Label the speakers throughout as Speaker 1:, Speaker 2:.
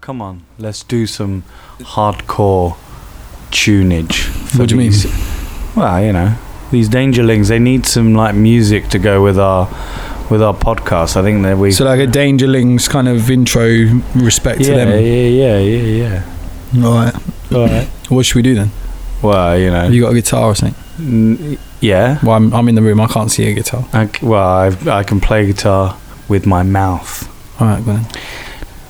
Speaker 1: Come on, let's do some hardcore tunage. for
Speaker 2: What do you mean?
Speaker 1: these- Well, you know, these Dangerlings, they need some like music to go with our with our podcast. I think that we
Speaker 2: So like a Dangerlings kind of intro respect to
Speaker 1: yeah, yeah,
Speaker 2: them.
Speaker 1: yeah, yeah,
Speaker 2: All right.
Speaker 1: yeah. All right.
Speaker 2: What should we do then?
Speaker 1: Well, you know,
Speaker 2: Have you got a guitar or something?
Speaker 1: n- yeah.
Speaker 2: Well, I'm, I'm in the room. I can't see a guitar.
Speaker 1: I c well, I've, I can play guitar with my mouth.
Speaker 2: All right, go then.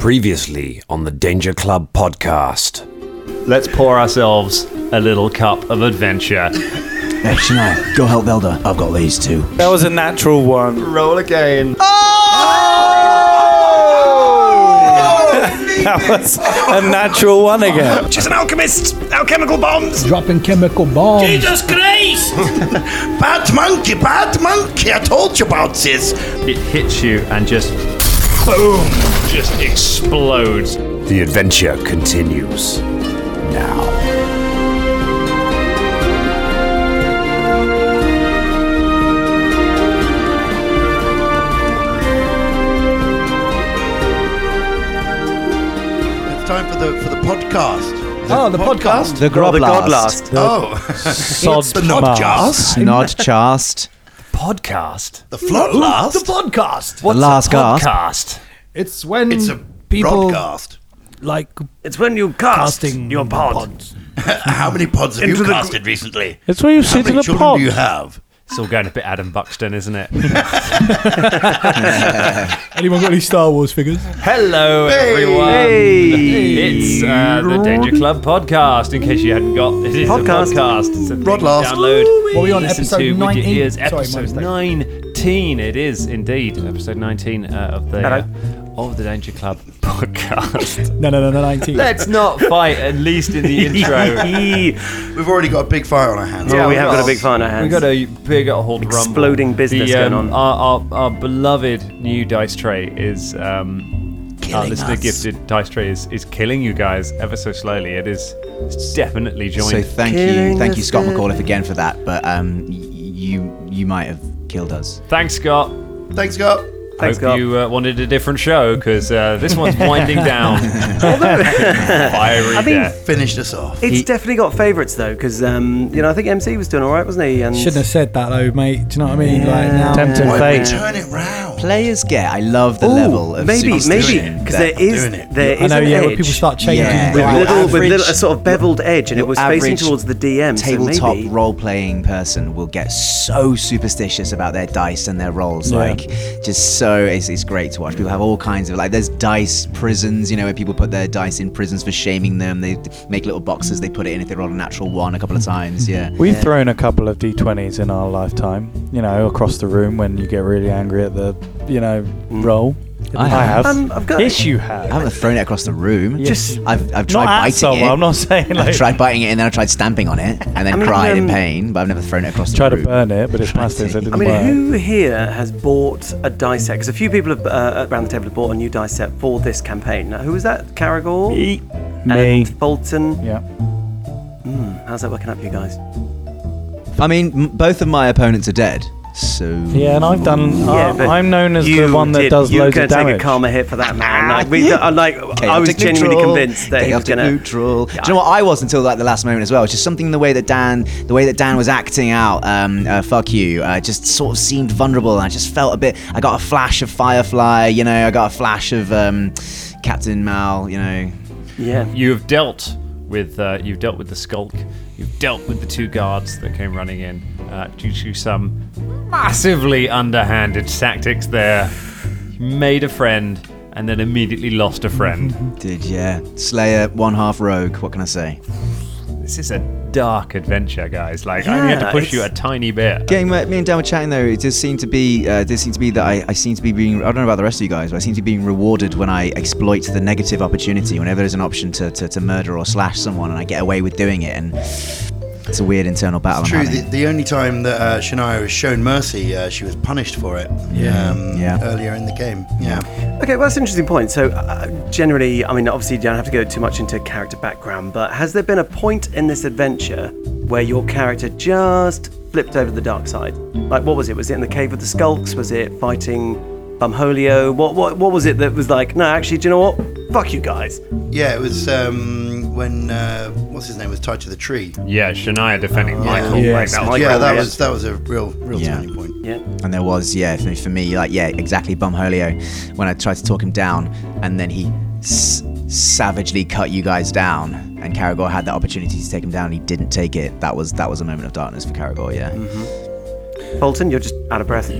Speaker 3: Previously on the Danger Club podcast.
Speaker 4: Let's pour ourselves a little cup of adventure.
Speaker 5: Hey, Shania, go help Velda. I've got these too.
Speaker 1: That was a natural one.
Speaker 4: Roll again.
Speaker 1: That was a natural one again.
Speaker 3: She's an alchemist! Alchemical bombs!
Speaker 2: dropping chemical bombs.
Speaker 6: Jesus Christ!
Speaker 5: Bad monkey, bad monkey. I told you about this.
Speaker 4: It hits you and just boom, just explodes.
Speaker 3: The adventure continues now.
Speaker 5: It's time for the for the podcast.
Speaker 2: Oh, the podcast.
Speaker 5: The
Speaker 7: Well, the Godlast.
Speaker 5: oh,
Speaker 1: Sod
Speaker 5: the podcast.
Speaker 7: Not chast.
Speaker 3: Podcast?
Speaker 5: The floodlast. The podcast.
Speaker 7: the last gasp.
Speaker 3: Podcast.
Speaker 2: It's when
Speaker 5: It's a
Speaker 2: people
Speaker 5: broadcast.
Speaker 2: like
Speaker 3: It's when you cast
Speaker 2: Casting
Speaker 3: your pod.
Speaker 5: How many pods have
Speaker 3: Into
Speaker 5: you
Speaker 3: the
Speaker 5: casted recently?
Speaker 1: It's where you
Speaker 5: How
Speaker 1: sit in
Speaker 5: many
Speaker 1: a
Speaker 5: children
Speaker 1: pod.
Speaker 5: do you have?
Speaker 4: It's all going a bit Adam Buxton, isn't it?
Speaker 2: anyone got any Star Wars figures?
Speaker 4: Hello, everyone. It's uh, the Danger Club podcast. In case you hadn't got it, is
Speaker 7: Podcast.
Speaker 4: a podcast. It's a thing
Speaker 5: Broadcast.
Speaker 4: You download.
Speaker 2: What are we on,
Speaker 4: listen
Speaker 2: episode
Speaker 4: to with your
Speaker 2: 19?
Speaker 4: ears.
Speaker 2: Sorry, my
Speaker 4: episode
Speaker 2: mistake.
Speaker 4: 19. It is indeed episode 19 uh, of the uh, of the Danger Club podcast.
Speaker 2: No, no, no, no, 19.
Speaker 4: Let's not fight, at least in the intro.
Speaker 5: We've already got a big fire on our hands.
Speaker 4: Yeah,
Speaker 7: we
Speaker 4: we
Speaker 7: have got
Speaker 4: got-
Speaker 7: a big fire on our hands.
Speaker 4: we got a big old rumble.
Speaker 7: Exploding business
Speaker 4: the, um,
Speaker 7: going on.
Speaker 4: Our, our, our beloved new dice tray is. Um, our listener gifted dice tray is, is killing you guys ever so slowly. It is it's definitely
Speaker 7: So
Speaker 4: joined.
Speaker 7: thank Killing you, thank you, the Scott spirit.
Speaker 6: McAuliffe
Speaker 7: McAuliffe, again for that. But um, you you might have killed us.
Speaker 4: Thanks, Scott.
Speaker 5: Thanks, Scott.
Speaker 7: Thanks,
Speaker 4: Hope
Speaker 7: Scott.
Speaker 4: you uh, wanted a different show because uh, this one's winding down. Fiery
Speaker 7: think-
Speaker 4: death.
Speaker 5: Finished us off.
Speaker 7: It's definitely got favourites though, because um, you know I think MC was doing all right, wasn't he? And
Speaker 2: Shouldn't have said that though, mate. Do you know what I mean? Like now,
Speaker 1: Tempted
Speaker 5: Why don't we
Speaker 1: fate.
Speaker 5: turn it round?
Speaker 7: players get. I love the Ooh, level of
Speaker 6: maybe,
Speaker 7: superstition
Speaker 6: maybe,
Speaker 7: that-
Speaker 6: because there is
Speaker 5: doing it.
Speaker 6: there
Speaker 2: I
Speaker 6: is
Speaker 2: know.
Speaker 6: an
Speaker 2: Yeah,
Speaker 6: edge
Speaker 2: when people start changing.
Speaker 7: Yeah.
Speaker 6: with
Speaker 7: Your
Speaker 6: little, with
Speaker 7: average-
Speaker 6: little, a sort of beveled edge, and it
Speaker 7: your
Speaker 6: was facing
Speaker 7: average
Speaker 6: towards the DM. so
Speaker 7: tabletop
Speaker 6: maybe
Speaker 7: role-playing person will get so superstitious about their dice and their rolls
Speaker 2: Yeah.
Speaker 7: like just so it's, it's great to watch people have all kinds of like there's dice prisons you know where people put their dice in prisons for shaming them they make little boxes they put it in if they roll a natural one a couple of times yeah
Speaker 1: We've thrown a couple of d20s in our lifetime, you know, across the room when you get really angry at the, you know, roll.
Speaker 7: I have.
Speaker 6: Um, I've got-
Speaker 1: yes, you
Speaker 7: I
Speaker 1: have.
Speaker 7: haven't thrown it across the room.
Speaker 1: Just-
Speaker 7: I've, I've tried
Speaker 1: Not at
Speaker 7: biting
Speaker 1: someone.
Speaker 7: it.
Speaker 1: I'm not saying
Speaker 7: I've
Speaker 1: like
Speaker 7: tried biting it and then I tried stamping on it and then
Speaker 6: I mean,
Speaker 7: cried in
Speaker 6: um,
Speaker 7: pain, but I've never thrown it across the
Speaker 1: try to
Speaker 7: room.
Speaker 1: burn it, but it's plastic, so it
Speaker 6: I
Speaker 1: didn't
Speaker 6: mean,
Speaker 1: work.
Speaker 6: who here has bought a dice set? Because a few people have, uh, around the table have bought a new dice set for this campaign. Now, who was that? Caragor
Speaker 1: Me.
Speaker 6: and Bolton.
Speaker 1: Yeah.
Speaker 6: How's that working out for you guys?
Speaker 7: I mean, m- both of my opponents are dead, so
Speaker 1: Yeah, and I've done. I-
Speaker 6: but
Speaker 1: Uh, I'm known as the
Speaker 6: you
Speaker 1: one that
Speaker 6: did-
Speaker 1: does
Speaker 6: you
Speaker 1: loads
Speaker 6: could
Speaker 1: of damage. Ah,
Speaker 6: take a karma hit for that, man. Like, we, I, like, I was
Speaker 7: Chaotic
Speaker 6: genuinely
Speaker 7: neutral,
Speaker 6: convinced that he was
Speaker 7: chaotic
Speaker 6: going to
Speaker 7: neutral. Do you know what I was until like the last moment as well? It's just something in the way that Dan, the way that Dan was acting out. Um, uh, fuck you. Uh, just sort of seemed vulnerable, and I just felt a bit. I got a flash of Firefly, you know. I got a flash of um, Captain Mal, you know.
Speaker 6: Yeah.
Speaker 4: You have dealt with uh, you've dealt with the skulk. You've dealt with the two guards that came running in uh, due to some massively underhanded tactics. There, you made a friend and then immediately lost a friend.
Speaker 7: Did yeah. Slayer, one half rogue. What can I say?
Speaker 4: this is a dark adventure, guys. Like I'm going to
Speaker 6: Yeah,
Speaker 4: push you a
Speaker 6: it's-
Speaker 4: tiny bit.
Speaker 7: Getting my, me and Dan were chatting though. It does seem to be, uh, it does seem to be that I, I seem to be being. I don't know about the rest of you guys, but I seem to be being rewarded when I exploit the negative opportunity. Whenever there's an option to, to, to murder or slash someone, and I get away with doing it, and it's a weird internal battle.
Speaker 5: True.
Speaker 7: I'm
Speaker 5: The,
Speaker 7: having.
Speaker 5: the only time that uh, Shania was shown mercy, uh, she was punished for it.
Speaker 2: Yeah.
Speaker 5: Um,
Speaker 7: Yeah.
Speaker 5: Earlier in the game. Yeah.
Speaker 6: Okay, well, that's an interesting point. So, uh, generally, I mean, obviously, you don't have to go too much into character background, but has there been a point in this adventure where your character just flipped over the dark side? Like, what was it? Was it in the cave of the skulks? Was it fighting Bumholio? What, what, what was it that was like? No, actually, do you know what? Fuck you guys.
Speaker 5: Yeah. It was um, when uh, what's his name was tied to the tree.
Speaker 4: Yeah, Shania defending Michael.
Speaker 2: Yeah,
Speaker 4: right, that was
Speaker 5: yeah.
Speaker 4: great.
Speaker 5: That was that was a real real
Speaker 7: Yeah.
Speaker 5: turning point.
Speaker 6: Yeah.
Speaker 7: And there was, yeah, for, for me, like, yeah, exactly Bumholio when I tried to talk him down, and then he s- savagely cut you guys down, and Caragor had that opportunity to take him down, and he didn't take it. That was that was a moment of darkness for Caragor, yeah.
Speaker 6: Bolton, you're just out of breath.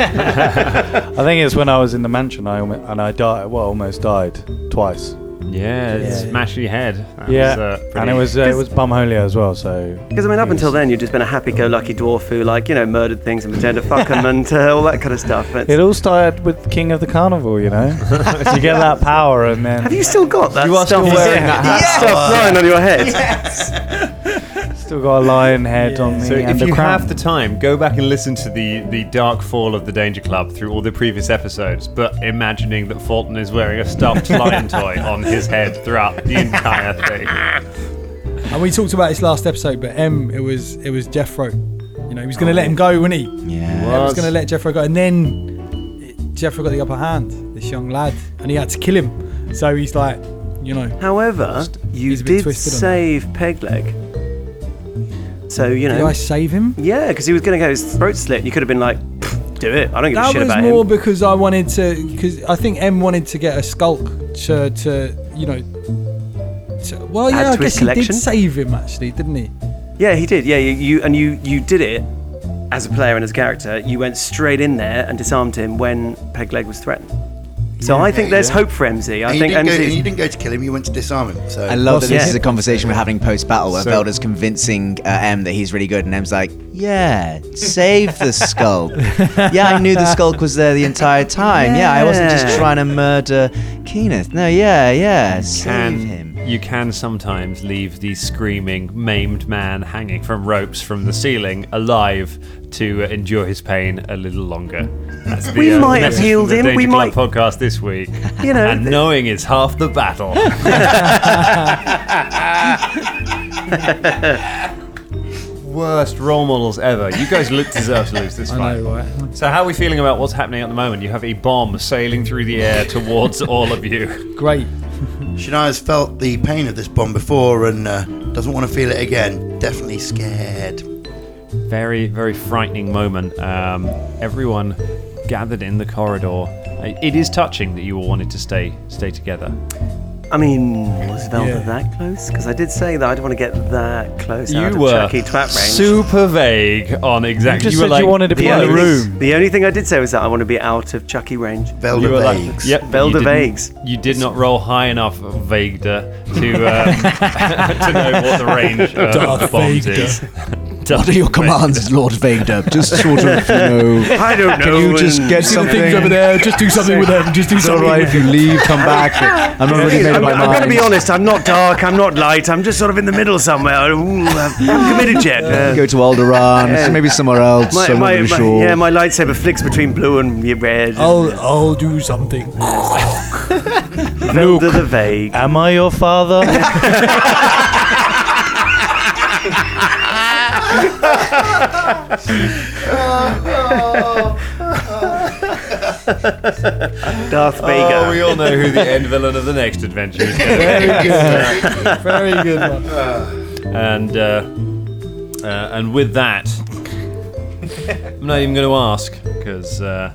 Speaker 8: I think it's when I was in the mansion I almo- and I died. Well, almost died twice.
Speaker 4: yeah, smash your head. That
Speaker 8: Yeah,
Speaker 4: was, uh,
Speaker 8: and
Speaker 4: pretty-
Speaker 8: it was uh, it was Bumholio as well. So
Speaker 6: Because, I mean, up until then, you've just been a happy go lucky dwarf who, like, you know, murdered things and pretended to fuck them and uh, all that kind of stuff. It's-
Speaker 8: it all started with King of the Carnival, you know. you get that power, and then
Speaker 6: have you still got that stuff,
Speaker 8: wearing that hat.
Speaker 6: stuff lying on your head?
Speaker 8: Still got a lion head on me.
Speaker 4: So
Speaker 8: and
Speaker 4: if
Speaker 8: a
Speaker 4: you
Speaker 8: crown.
Speaker 4: have the time, go back and listen to the the dark fall of the Danger Club through all the previous episodes, but imagining that Fulton is wearing a stuffed lion toy on his head throughout the entire thing.
Speaker 2: And we talked about this last episode, but M, it was it was Jeffro. You know, he was going to let him go, wasn't he?
Speaker 7: Yeah.
Speaker 2: He was going to let Jeffro go, and then Jeffro got the upper hand. This young lad, and he had to kill him. So he's like, you know,
Speaker 6: However, you
Speaker 2: he's a bit
Speaker 6: did
Speaker 2: twisted on that.
Speaker 6: save Pegleg. So, you
Speaker 2: did I
Speaker 6: know.
Speaker 2: save him?
Speaker 6: Yeah, because he was going to get his throat slit and you could have been like, "Pfft, do it. I don't give a
Speaker 2: That
Speaker 6: shit
Speaker 2: was
Speaker 6: about
Speaker 2: more
Speaker 6: him.
Speaker 2: because I wanted to, because I think M wanted to get a skulk to, to you know. To, well,
Speaker 6: Add
Speaker 2: yeah, I
Speaker 6: to his
Speaker 2: guess he did
Speaker 6: collection?
Speaker 2: save him actually, didn't he?
Speaker 6: Yeah, he did. Yeah, you, you and you you did it as a player and as a character. You went straight in there and disarmed him when Pegleg was threatened. So I think there's hope for MZ. I
Speaker 5: And you,
Speaker 6: think
Speaker 5: didn't go, and
Speaker 6: MZ.
Speaker 5: you didn't go to kill him. You went to disarm him. So
Speaker 7: I love that this
Speaker 6: Yeah.
Speaker 7: is a conversation we're having post battle where Velda's convincing uh, M that he's really good, and M's like, Yeah, save the skulk. yeah, I knew the skulk was there the entire time. Yeah, I wasn't
Speaker 6: Yeah.
Speaker 7: just trying to murder Kenneth. No, yeah, yeah, save him.
Speaker 4: Can, you can sometimes leave the screaming, maimed man hanging from ropes from the ceiling alive to uh, endure his pain a little longer. That's the,
Speaker 6: We
Speaker 4: uh,
Speaker 6: might have
Speaker 4: message from
Speaker 6: healed
Speaker 4: the
Speaker 6: him,
Speaker 4: Danger
Speaker 6: we
Speaker 4: Club
Speaker 6: might-
Speaker 4: podcast this week.
Speaker 6: You know,
Speaker 4: and
Speaker 6: th-
Speaker 4: knowing is half the battle. Worst role models ever. You guys look deserve to lose this
Speaker 2: I
Speaker 4: fight.
Speaker 2: know, right?
Speaker 4: So, how are we feeling about what's happening at the moment? You have a bomb sailing through the air towards all of you.
Speaker 2: Great.
Speaker 5: Shania's felt the pain of this bomb before and uh, doesn't want to feel it again. Definitely scared.
Speaker 4: Very, very frightening moment. Um, everyone gathered in the corridor. Uh, It is touching that you all wanted to stay, stay together.
Speaker 6: I mean, was Velda
Speaker 2: Yeah.
Speaker 6: that close? Because I did say that I don't want to get that close out
Speaker 4: you
Speaker 6: of
Speaker 4: were
Speaker 6: Chucky trap range.
Speaker 4: super vague on exactly.
Speaker 8: just said you wanted to be in the
Speaker 6: only-
Speaker 8: room.
Speaker 6: the only thing I did say was that I want to be out of Chucky range.
Speaker 5: Velda
Speaker 4: You were like,
Speaker 5: Vagues.
Speaker 4: yep, but
Speaker 6: Velda
Speaker 4: you didn't-
Speaker 6: Vagues.
Speaker 4: You did not roll high enough, Vagda, to um, to know what the range uh, of the bombs
Speaker 2: Vader.
Speaker 4: is.
Speaker 7: What are your commands, Lord Vader? Just sort of, you know.
Speaker 6: I don't know.
Speaker 7: Can you just
Speaker 6: and-
Speaker 7: get something?
Speaker 2: there. Just do something with them. Just do
Speaker 7: It's alright if you leave, come back. I'm not really made up
Speaker 6: I'm,
Speaker 7: my
Speaker 6: I'm going to
Speaker 7: mind.
Speaker 6: be honest. I'm not dark. I'm not light. I'm just sort of in the middle somewhere. Ooh, I haven't committed yet. Uh,
Speaker 7: Go to Alderaan, maybe somewhere else.
Speaker 6: my,
Speaker 7: I'm not
Speaker 6: my,
Speaker 7: really
Speaker 6: my-
Speaker 7: sure. Oh,
Speaker 6: yeah, my lightsaber flicks between blue and red.
Speaker 2: I'll I'll do something.
Speaker 6: Velda the vague.
Speaker 8: Am I your father?
Speaker 6: Darth
Speaker 4: Oh, we
Speaker 6: Vader.
Speaker 4: all know who the end villain of the next adventure is. Gonna be.
Speaker 2: Very good. Very good one.
Speaker 4: And uh, uh, and with that, I'm not even going to ask because uh,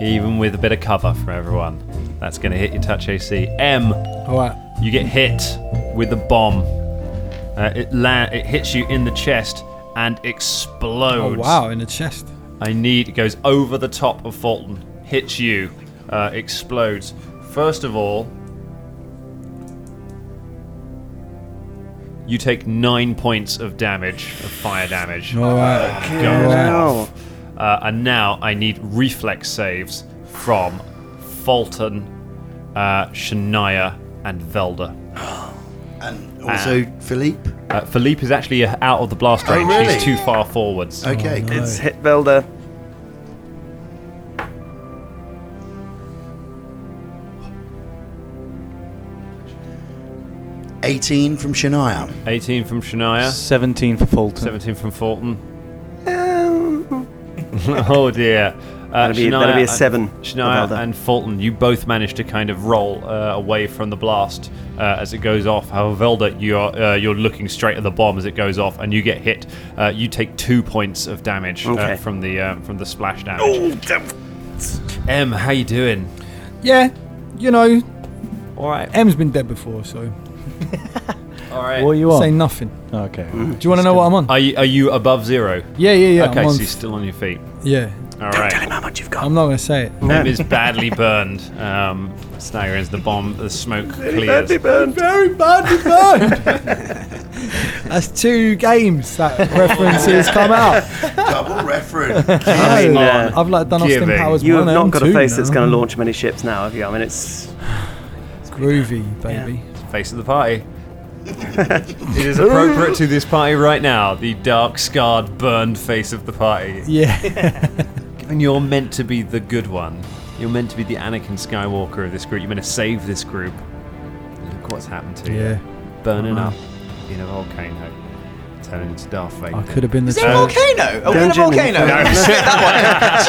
Speaker 4: even with a bit of cover from everyone, that's going to hit your touch AC. M,
Speaker 2: All right.
Speaker 4: you get hit with a bomb. Uh, it la- it hits you in the chest and
Speaker 2: Oh
Speaker 4: explodes.
Speaker 2: wow, in the chest.
Speaker 4: I need it goes over the top of Fulton, hits you, uh, explodes. First of all, You take nine points of damage, of fire damage.
Speaker 2: All right.
Speaker 4: Guns
Speaker 6: Wow.
Speaker 4: off. Uh, and now I need reflex saves from Fulton, uh, Shania, and Velda.
Speaker 5: And also Philippe.
Speaker 4: Uh, Philippe is actually uh, out of the blast range.
Speaker 5: really? Uh,
Speaker 4: He's too far forwards.
Speaker 5: Okay.
Speaker 6: It's hit Velda.
Speaker 5: Eighteen from Shania.
Speaker 4: 18 from Shania,
Speaker 8: 17 for Fulton.
Speaker 4: 17 from Fulton. oh dear. Uh,
Speaker 6: That'll Um. be- that'll be a
Speaker 4: and-
Speaker 6: seven of
Speaker 4: Shania
Speaker 6: Elder.
Speaker 4: and Fulton, you both manage to kind of roll uh, away from the blast uh, as it goes off. However, Velda, you're uh, you're looking straight at the bomb as it goes off, and you get hit. Uh, you take two points of damage uh,
Speaker 6: Okay.
Speaker 4: from the um, from the splash damage. Em, how you doing?
Speaker 2: Yeah, you know,
Speaker 4: All right.
Speaker 2: M's been dead before, so
Speaker 4: All right.
Speaker 8: What are you
Speaker 2: say
Speaker 8: on?
Speaker 2: nothing.
Speaker 8: Okay.
Speaker 6: Mm-hmm.
Speaker 2: Do you want to know what I'm on?
Speaker 4: Are you, are you above zero?
Speaker 2: Yeah, yeah, yeah.
Speaker 4: Uh, okay,
Speaker 2: I'm on,
Speaker 4: so you're still on your feet.
Speaker 2: yeah,
Speaker 4: All right.
Speaker 6: How much you've got?
Speaker 2: I'm not gonna say it.
Speaker 4: Em is badly burned. Um, Snagger is the bomb. The smoke clears.
Speaker 6: Badly burned.
Speaker 2: Very badly burned. That's two games that references come out.
Speaker 5: Double reference.
Speaker 2: I
Speaker 4: mean, uh,
Speaker 2: I've like done Austin
Speaker 4: giving.
Speaker 2: Powers
Speaker 6: You have
Speaker 2: one
Speaker 6: not
Speaker 2: and
Speaker 6: got
Speaker 2: two
Speaker 6: a face
Speaker 2: now.
Speaker 6: that's going to launch many ships now, have you? I mean, it's
Speaker 2: It's groovy, baby.
Speaker 4: face of the party. it is appropriate to this party right now. The dark, scarred, burned face of the party.
Speaker 2: Yeah.
Speaker 4: And you're meant to be the good one. You're meant to be the Anakin Skywalker of this group. You're meant to save this group. And look what's happened to
Speaker 2: Yeah. Uh-huh.
Speaker 4: you. Burning up in a volcano. Turning into Darth Vader.
Speaker 2: I could have been the
Speaker 7: Is there a
Speaker 2: child.
Speaker 7: volcano? Are we in a
Speaker 6: Dungeon-
Speaker 7: volcano?
Speaker 6: No.
Speaker 7: that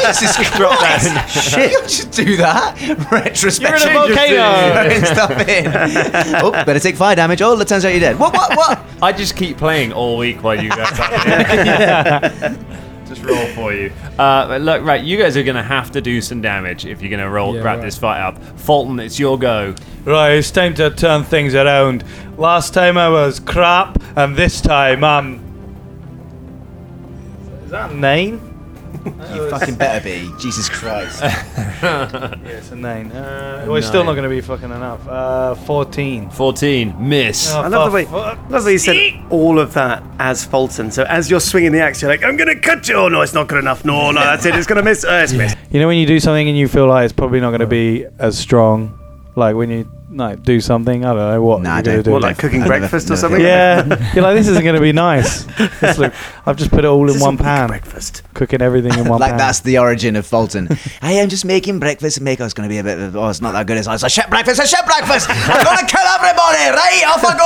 Speaker 7: one. Jesus Christ! Shit! You should do that. Retrospection.
Speaker 4: You're in a volcano.
Speaker 7: Throwing stuff in. oh, better take fire damage. Oh, it turns out you're dead. What? What? What?
Speaker 4: I just keep playing all week while you guys are there. Just roll for you. Uh, but look, right, you guys are going to have to do some damage if you're going to roll
Speaker 2: Yeah,
Speaker 4: wrap
Speaker 2: right.
Speaker 4: this fight up. Fulton, it's your go.
Speaker 8: Right, it's time to turn things around. Last time I was crap, and this time I'm. Is that a nine?
Speaker 7: You fucking better be. Jesus Christ.
Speaker 8: Yeah, it's a nine. Uh, well, it's still not going to be fucking enough. Uh, 14.
Speaker 4: 14, miss.
Speaker 8: Oh,
Speaker 6: I love the way,
Speaker 8: for fuck's
Speaker 6: love the way you said all of that as Fulton. So as you're swinging the axe, you're like, I'm going to cut you. Oh, no, it's not good enough. No, no, that's it. It's going to miss. Uh, it's missed.
Speaker 8: You know when you do something and you feel like it's probably not going to be as strong, like when you like do something. I don't know what
Speaker 7: Nah,
Speaker 8: you're
Speaker 7: I
Speaker 8: going to
Speaker 7: don't-
Speaker 8: do.
Speaker 6: What, like cooking
Speaker 7: I've never-
Speaker 6: breakfast or
Speaker 7: never
Speaker 6: something?
Speaker 8: yeah, you're like this isn't going to be nice. It's like, I've just put it all in one pan,
Speaker 6: Breakfast.
Speaker 8: cooking everything in one
Speaker 7: like
Speaker 8: pan.
Speaker 7: that's the origin of Fulton. I am just making breakfast. and Make oh, it's gonna be a bit. Of, oh, it's not that good. It's, it's a shit breakfast. A shit breakfast. I'm gonna kill everybody. Right off I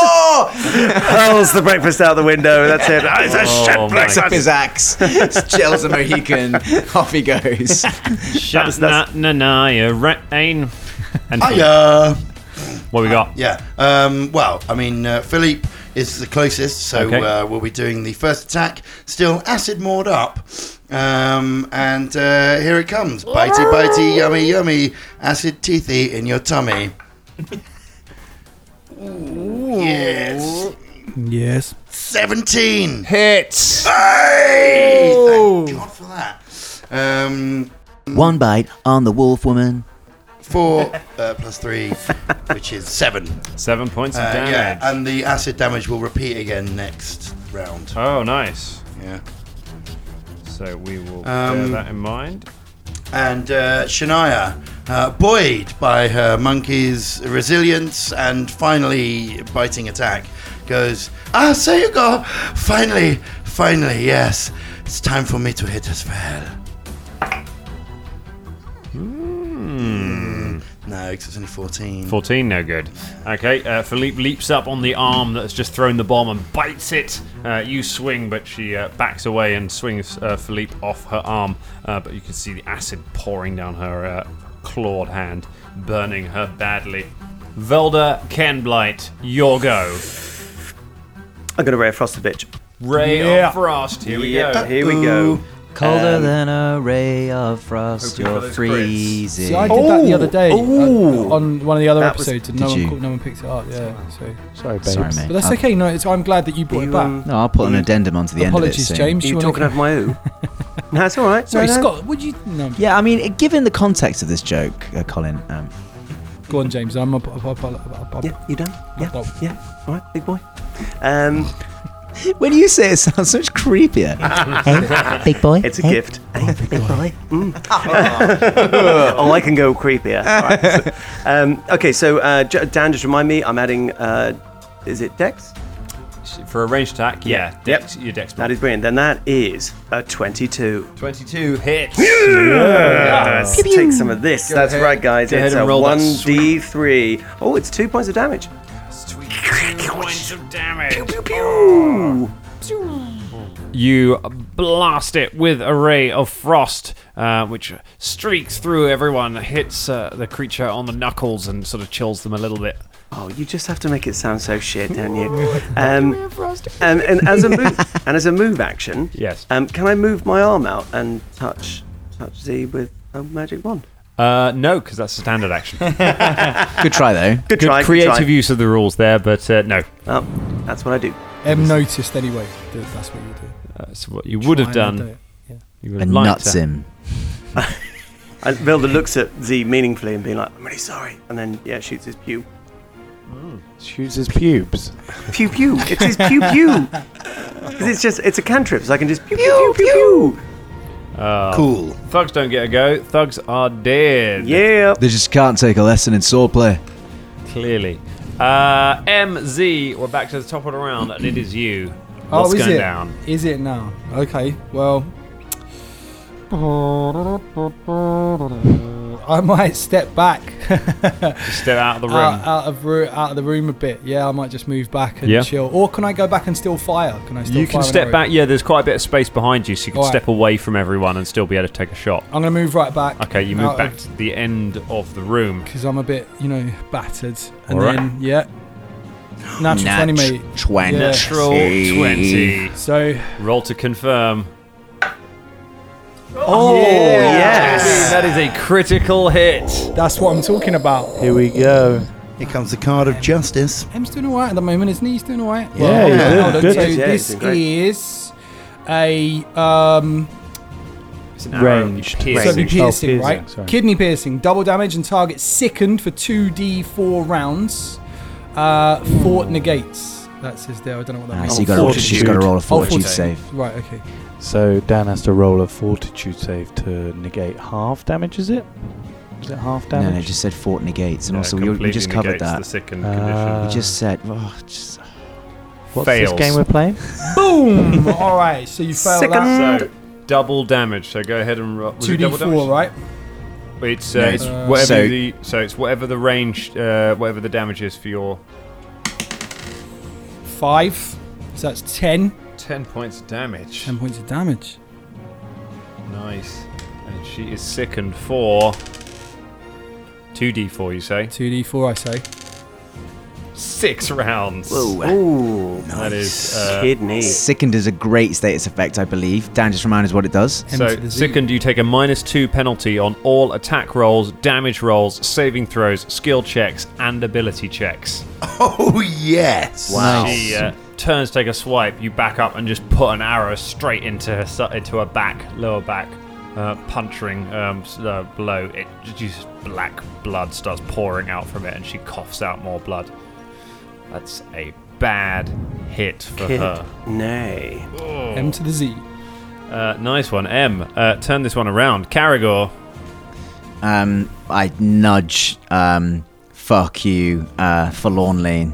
Speaker 7: go.
Speaker 6: Hurls the breakfast out the window. That's it. Ah, it's a
Speaker 4: Oh,
Speaker 6: shit
Speaker 4: my
Speaker 6: breakfast.
Speaker 7: Picks up his axe, chills a Mohican. Off he goes.
Speaker 4: Shut na na na your rain. And
Speaker 5: Hiya.
Speaker 4: what we got?
Speaker 5: Oh, Yeah. Um, well, I mean, uh, Philippe is the closest, so
Speaker 4: Okay.
Speaker 5: uh, we'll be doing the first attack. Still acid moored up. Um, and uh, here it comes. Bitey, bitey, yummy, yummy. Acid teethy in your tummy. Ooh, yes.
Speaker 2: Yes.
Speaker 5: 17.
Speaker 4: Hits.
Speaker 5: Hey! Thank God for that. Um,
Speaker 7: One bite on the wolf woman.
Speaker 5: four uh, plus three, which is seven.
Speaker 4: Seven points of
Speaker 5: Uh,
Speaker 4: damage.
Speaker 5: yeah, and the acid damage will repeat again next round.
Speaker 4: oh, nice.
Speaker 5: Yeah.
Speaker 4: So we will bear
Speaker 5: Um,
Speaker 4: that in mind.
Speaker 5: and uh, Shania, uh, buoyed by her monkey's resilience and finally biting attack, goes, Ah, so you go! Finally, finally, yes. It's time for me to hit as well.
Speaker 7: Hmm.
Speaker 5: Mm, No, because it's only 14.
Speaker 4: 14, no good. Okay, uh, Philippe leaps up on the arm that's just thrown the bomb and bites it. Uh, you swing, but she uh, backs away and swings uh, Philippe off her arm. Uh, but you can see the acid pouring down her uh, clawed hand, burning her badly. Velda, Kenblight, your go.
Speaker 6: I'm going to ray frost the bitch.
Speaker 4: Ray
Speaker 2: Yeah.
Speaker 4: of Frost, here we
Speaker 6: Yep,
Speaker 4: go.
Speaker 6: Here we go.
Speaker 7: Colder than a ray of frost,
Speaker 4: Hoping for
Speaker 7: you're
Speaker 4: those crits.
Speaker 7: freezing.
Speaker 2: See, I did that the other day uh, on one of the other
Speaker 6: That was-
Speaker 2: episodes, and no
Speaker 7: Did
Speaker 2: one,
Speaker 7: you? Uh,
Speaker 2: called, no one picked it up. Yeah. So,
Speaker 8: Sorry, babe.
Speaker 7: Sorry, mate.
Speaker 2: but that's
Speaker 7: I'll-
Speaker 2: okay. No, it's, I'm glad that you brought it
Speaker 6: You,
Speaker 2: back.
Speaker 6: um,
Speaker 7: No, I'll put an addendum onto the
Speaker 2: Apologies,
Speaker 7: end of it. soon.
Speaker 2: James.
Speaker 6: Are you
Speaker 2: wanna
Speaker 6: talking
Speaker 2: go-
Speaker 6: out of my ooh? no, it's all right.
Speaker 2: Sorry,
Speaker 6: No, no.
Speaker 2: Scott. Would you? No.
Speaker 7: Yeah, I mean, it- given the context of this joke, uh, Colin, um,
Speaker 2: Go on, James. I'm. A, a, a, a, a, a,
Speaker 6: Yeah, you done? Yeah,
Speaker 2: No.
Speaker 6: yeah. All right, big boy. Um,
Speaker 7: When you say it, it sounds so much creepier.
Speaker 9: Big boy.
Speaker 6: it's a gift.
Speaker 4: Oh,
Speaker 6: Hey, big boy. Mm. oh, I can go creepier. All right. So, um, okay, so uh, J- Dan, just remind me, I'm adding, uh, is it Dex?
Speaker 4: For a ranged attack, yeah. Dex, Your dex.
Speaker 6: That is brilliant. Then that is a 22.
Speaker 4: 22 hits.
Speaker 6: Let's take some of this. That's
Speaker 4: ahead.
Speaker 6: right, guys.
Speaker 4: Go ahead
Speaker 6: it's a
Speaker 4: and roll that
Speaker 6: 1d3. Oh, it's two points of damage.
Speaker 4: points of damage. You blast it with a ray of frost, uh, which streaks through everyone, hits uh, the creature on the knuckles, and sort of chills them a little bit.
Speaker 6: Oh, you just have to make it sound so shit, don't you? Um, um, and as a move, and as a move action,
Speaker 4: Yes.
Speaker 6: Um, can I move my arm out and touch touch Z with a magic wand?
Speaker 4: Uh, no, because that's a standard action.
Speaker 7: Good try though.
Speaker 6: Good,
Speaker 4: Good
Speaker 6: try.
Speaker 4: creative
Speaker 6: good try.
Speaker 4: use of the rules there, but uh, no.
Speaker 6: Oh, that's what I do.
Speaker 2: Em noticed anyway that that's what you do.
Speaker 4: That's what you would have
Speaker 2: Try and do
Speaker 4: done.
Speaker 2: it.
Speaker 4: You would have
Speaker 7: And
Speaker 4: liked
Speaker 7: nuts
Speaker 4: to.
Speaker 7: him.
Speaker 6: And Vilda looks at Z meaningfully and being like, "I'm really sorry," and then yeah, shoots his pew.
Speaker 1: Shoots his pubes.
Speaker 6: Pew pew. It's his pew pew. 'Cause It's just it's a cantrip, so I can just pew pew pew pew.
Speaker 5: Cool.
Speaker 4: Thugs don't get a go. Thugs are dead.
Speaker 6: pew. Yeah.
Speaker 7: They just can't take a lesson in swordplay.
Speaker 4: Clearly. Uh, MZ, we're back to the top of the round, and it is you.
Speaker 2: Oh,
Speaker 4: What's
Speaker 2: is
Speaker 4: going
Speaker 2: it?
Speaker 4: down?
Speaker 2: Is it now? Okay. Well, I might step back
Speaker 4: Step out of the room.
Speaker 2: out, out of roo- out of the room a bit. Yeah, I might just move back and
Speaker 4: Yeah.
Speaker 2: chill. Or can I go back and still fire? Can I still? oh
Speaker 4: you can
Speaker 2: fire an
Speaker 4: step
Speaker 2: arrow?
Speaker 4: back. Yeah, there's quite a bit of space behind you, so you can
Speaker 2: Alright.
Speaker 4: step away from everyone and still be able to take a shot.
Speaker 2: I'm gonna move right back.
Speaker 4: Okay, you
Speaker 2: Uh,
Speaker 4: move back to the end of the room.
Speaker 2: because I'm a bit, you know, battered. And
Speaker 4: Alright.
Speaker 2: then yeah, natural twenty, mate.
Speaker 7: Twenty.
Speaker 2: Yeah.
Speaker 4: Natural 20.
Speaker 2: So
Speaker 4: Roll to confirm.
Speaker 6: Oh yes.
Speaker 4: That is a critical hit.
Speaker 2: that's what I'm talking about.
Speaker 1: Here we go.
Speaker 5: Here comes the card of justice.
Speaker 2: Em's doing alright at the moment. His knee's doing alright. Yeah,
Speaker 1: he's doing good.
Speaker 2: So
Speaker 6: Yeah, he's
Speaker 2: this
Speaker 6: doing great.
Speaker 2: is a um,
Speaker 4: It's an
Speaker 1: Ranged.
Speaker 4: arrow.
Speaker 2: so it'd be
Speaker 4: Piercing.
Speaker 1: Oh,
Speaker 2: piercing,
Speaker 1: piercing,
Speaker 2: right?
Speaker 1: sorry.
Speaker 2: Kidney piercing, double damage, and target sickened for two d4 rounds. Uh, fort negates. That's his deal. I don't know what that
Speaker 7: Ah,
Speaker 2: means.
Speaker 7: so you got to, she's got to roll a
Speaker 2: Oh,
Speaker 7: fortitude save.
Speaker 2: Right. Okay.
Speaker 1: So Dan has to roll a fortitude save to negate half damage, is it? Is it half
Speaker 7: No,
Speaker 1: damage?
Speaker 7: no, it just said fort negates, and
Speaker 4: Yeah,
Speaker 7: also we, we
Speaker 4: completely
Speaker 7: just covered
Speaker 4: negates
Speaker 7: that.
Speaker 4: The second
Speaker 1: Ah.
Speaker 4: condition.
Speaker 7: we just said, oh, just,
Speaker 1: What's
Speaker 4: fails.
Speaker 1: this game we're playing?
Speaker 2: Boom. All right. So you fail that.
Speaker 4: So double damage. So go ahead and roll. was
Speaker 2: Mm. Two
Speaker 4: it double damage?
Speaker 2: d4, right?
Speaker 4: It's, uh,
Speaker 7: No,
Speaker 4: it's
Speaker 7: it's-
Speaker 4: whatever
Speaker 7: so-
Speaker 4: the so it's whatever the range, uh, whatever the damage is for your
Speaker 2: Five. So that's ten.
Speaker 4: ten points of damage.
Speaker 2: Ten points of damage.
Speaker 4: Nice. And she is sickened for two d4. You say
Speaker 2: Two d4, I say.
Speaker 4: six rounds.
Speaker 6: Ooh.
Speaker 4: That is uh,
Speaker 6: Kidney.
Speaker 7: sickened is a great status effect, I believe. Dan just reminded us what it does.
Speaker 2: M to
Speaker 4: so
Speaker 2: the Z.
Speaker 4: sickened. You take a minus two penalty on all attack rolls, damage rolls, saving throws, skill checks, and ability checks.
Speaker 5: Oh, yes.
Speaker 6: Wow.
Speaker 4: She uh, turns, to take a swipe. You back up and just put an arrow straight into her su- into her back, lower back, uh, puncturing um, s- uh, blow. It just black blood starts pouring out from it, and she coughs out more blood. That's a bad hit for her.
Speaker 6: Kidney.
Speaker 4: Oh.
Speaker 2: M to the Z.
Speaker 4: Uh, nice one, M. Uh, turn this one around, Caragor.
Speaker 7: Um, I nudge, um, fuck you, uh, forlornly,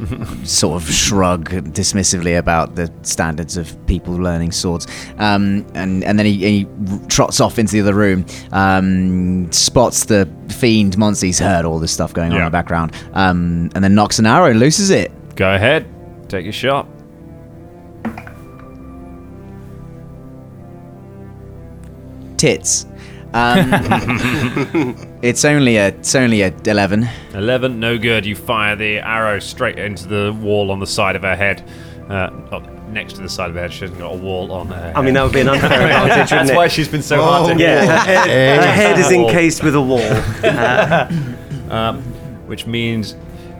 Speaker 7: sort of shrug dismissively about the standards of people learning swords. Um, and, and then he, he trots off into the other room, um, spots the fiend monster. He's heard all this stuff going on
Speaker 4: Yeah.
Speaker 7: in the background, um, and then knocks an arrow and looses it.
Speaker 4: Go ahead, take your shot.
Speaker 7: Tits. Um, it's only a it's only a eleven.
Speaker 4: 11, no good. You fire the arrow straight into the wall on the side of her head. Uh, up next to the side of her head, she hasn't got a wall on her.
Speaker 6: I mean, that would be an unfair advantage, wouldn't
Speaker 4: that's
Speaker 6: it?
Speaker 4: why she's been so hard to
Speaker 6: yeah, her head, her head is
Speaker 4: Wall.
Speaker 6: encased with a wall.
Speaker 4: Which means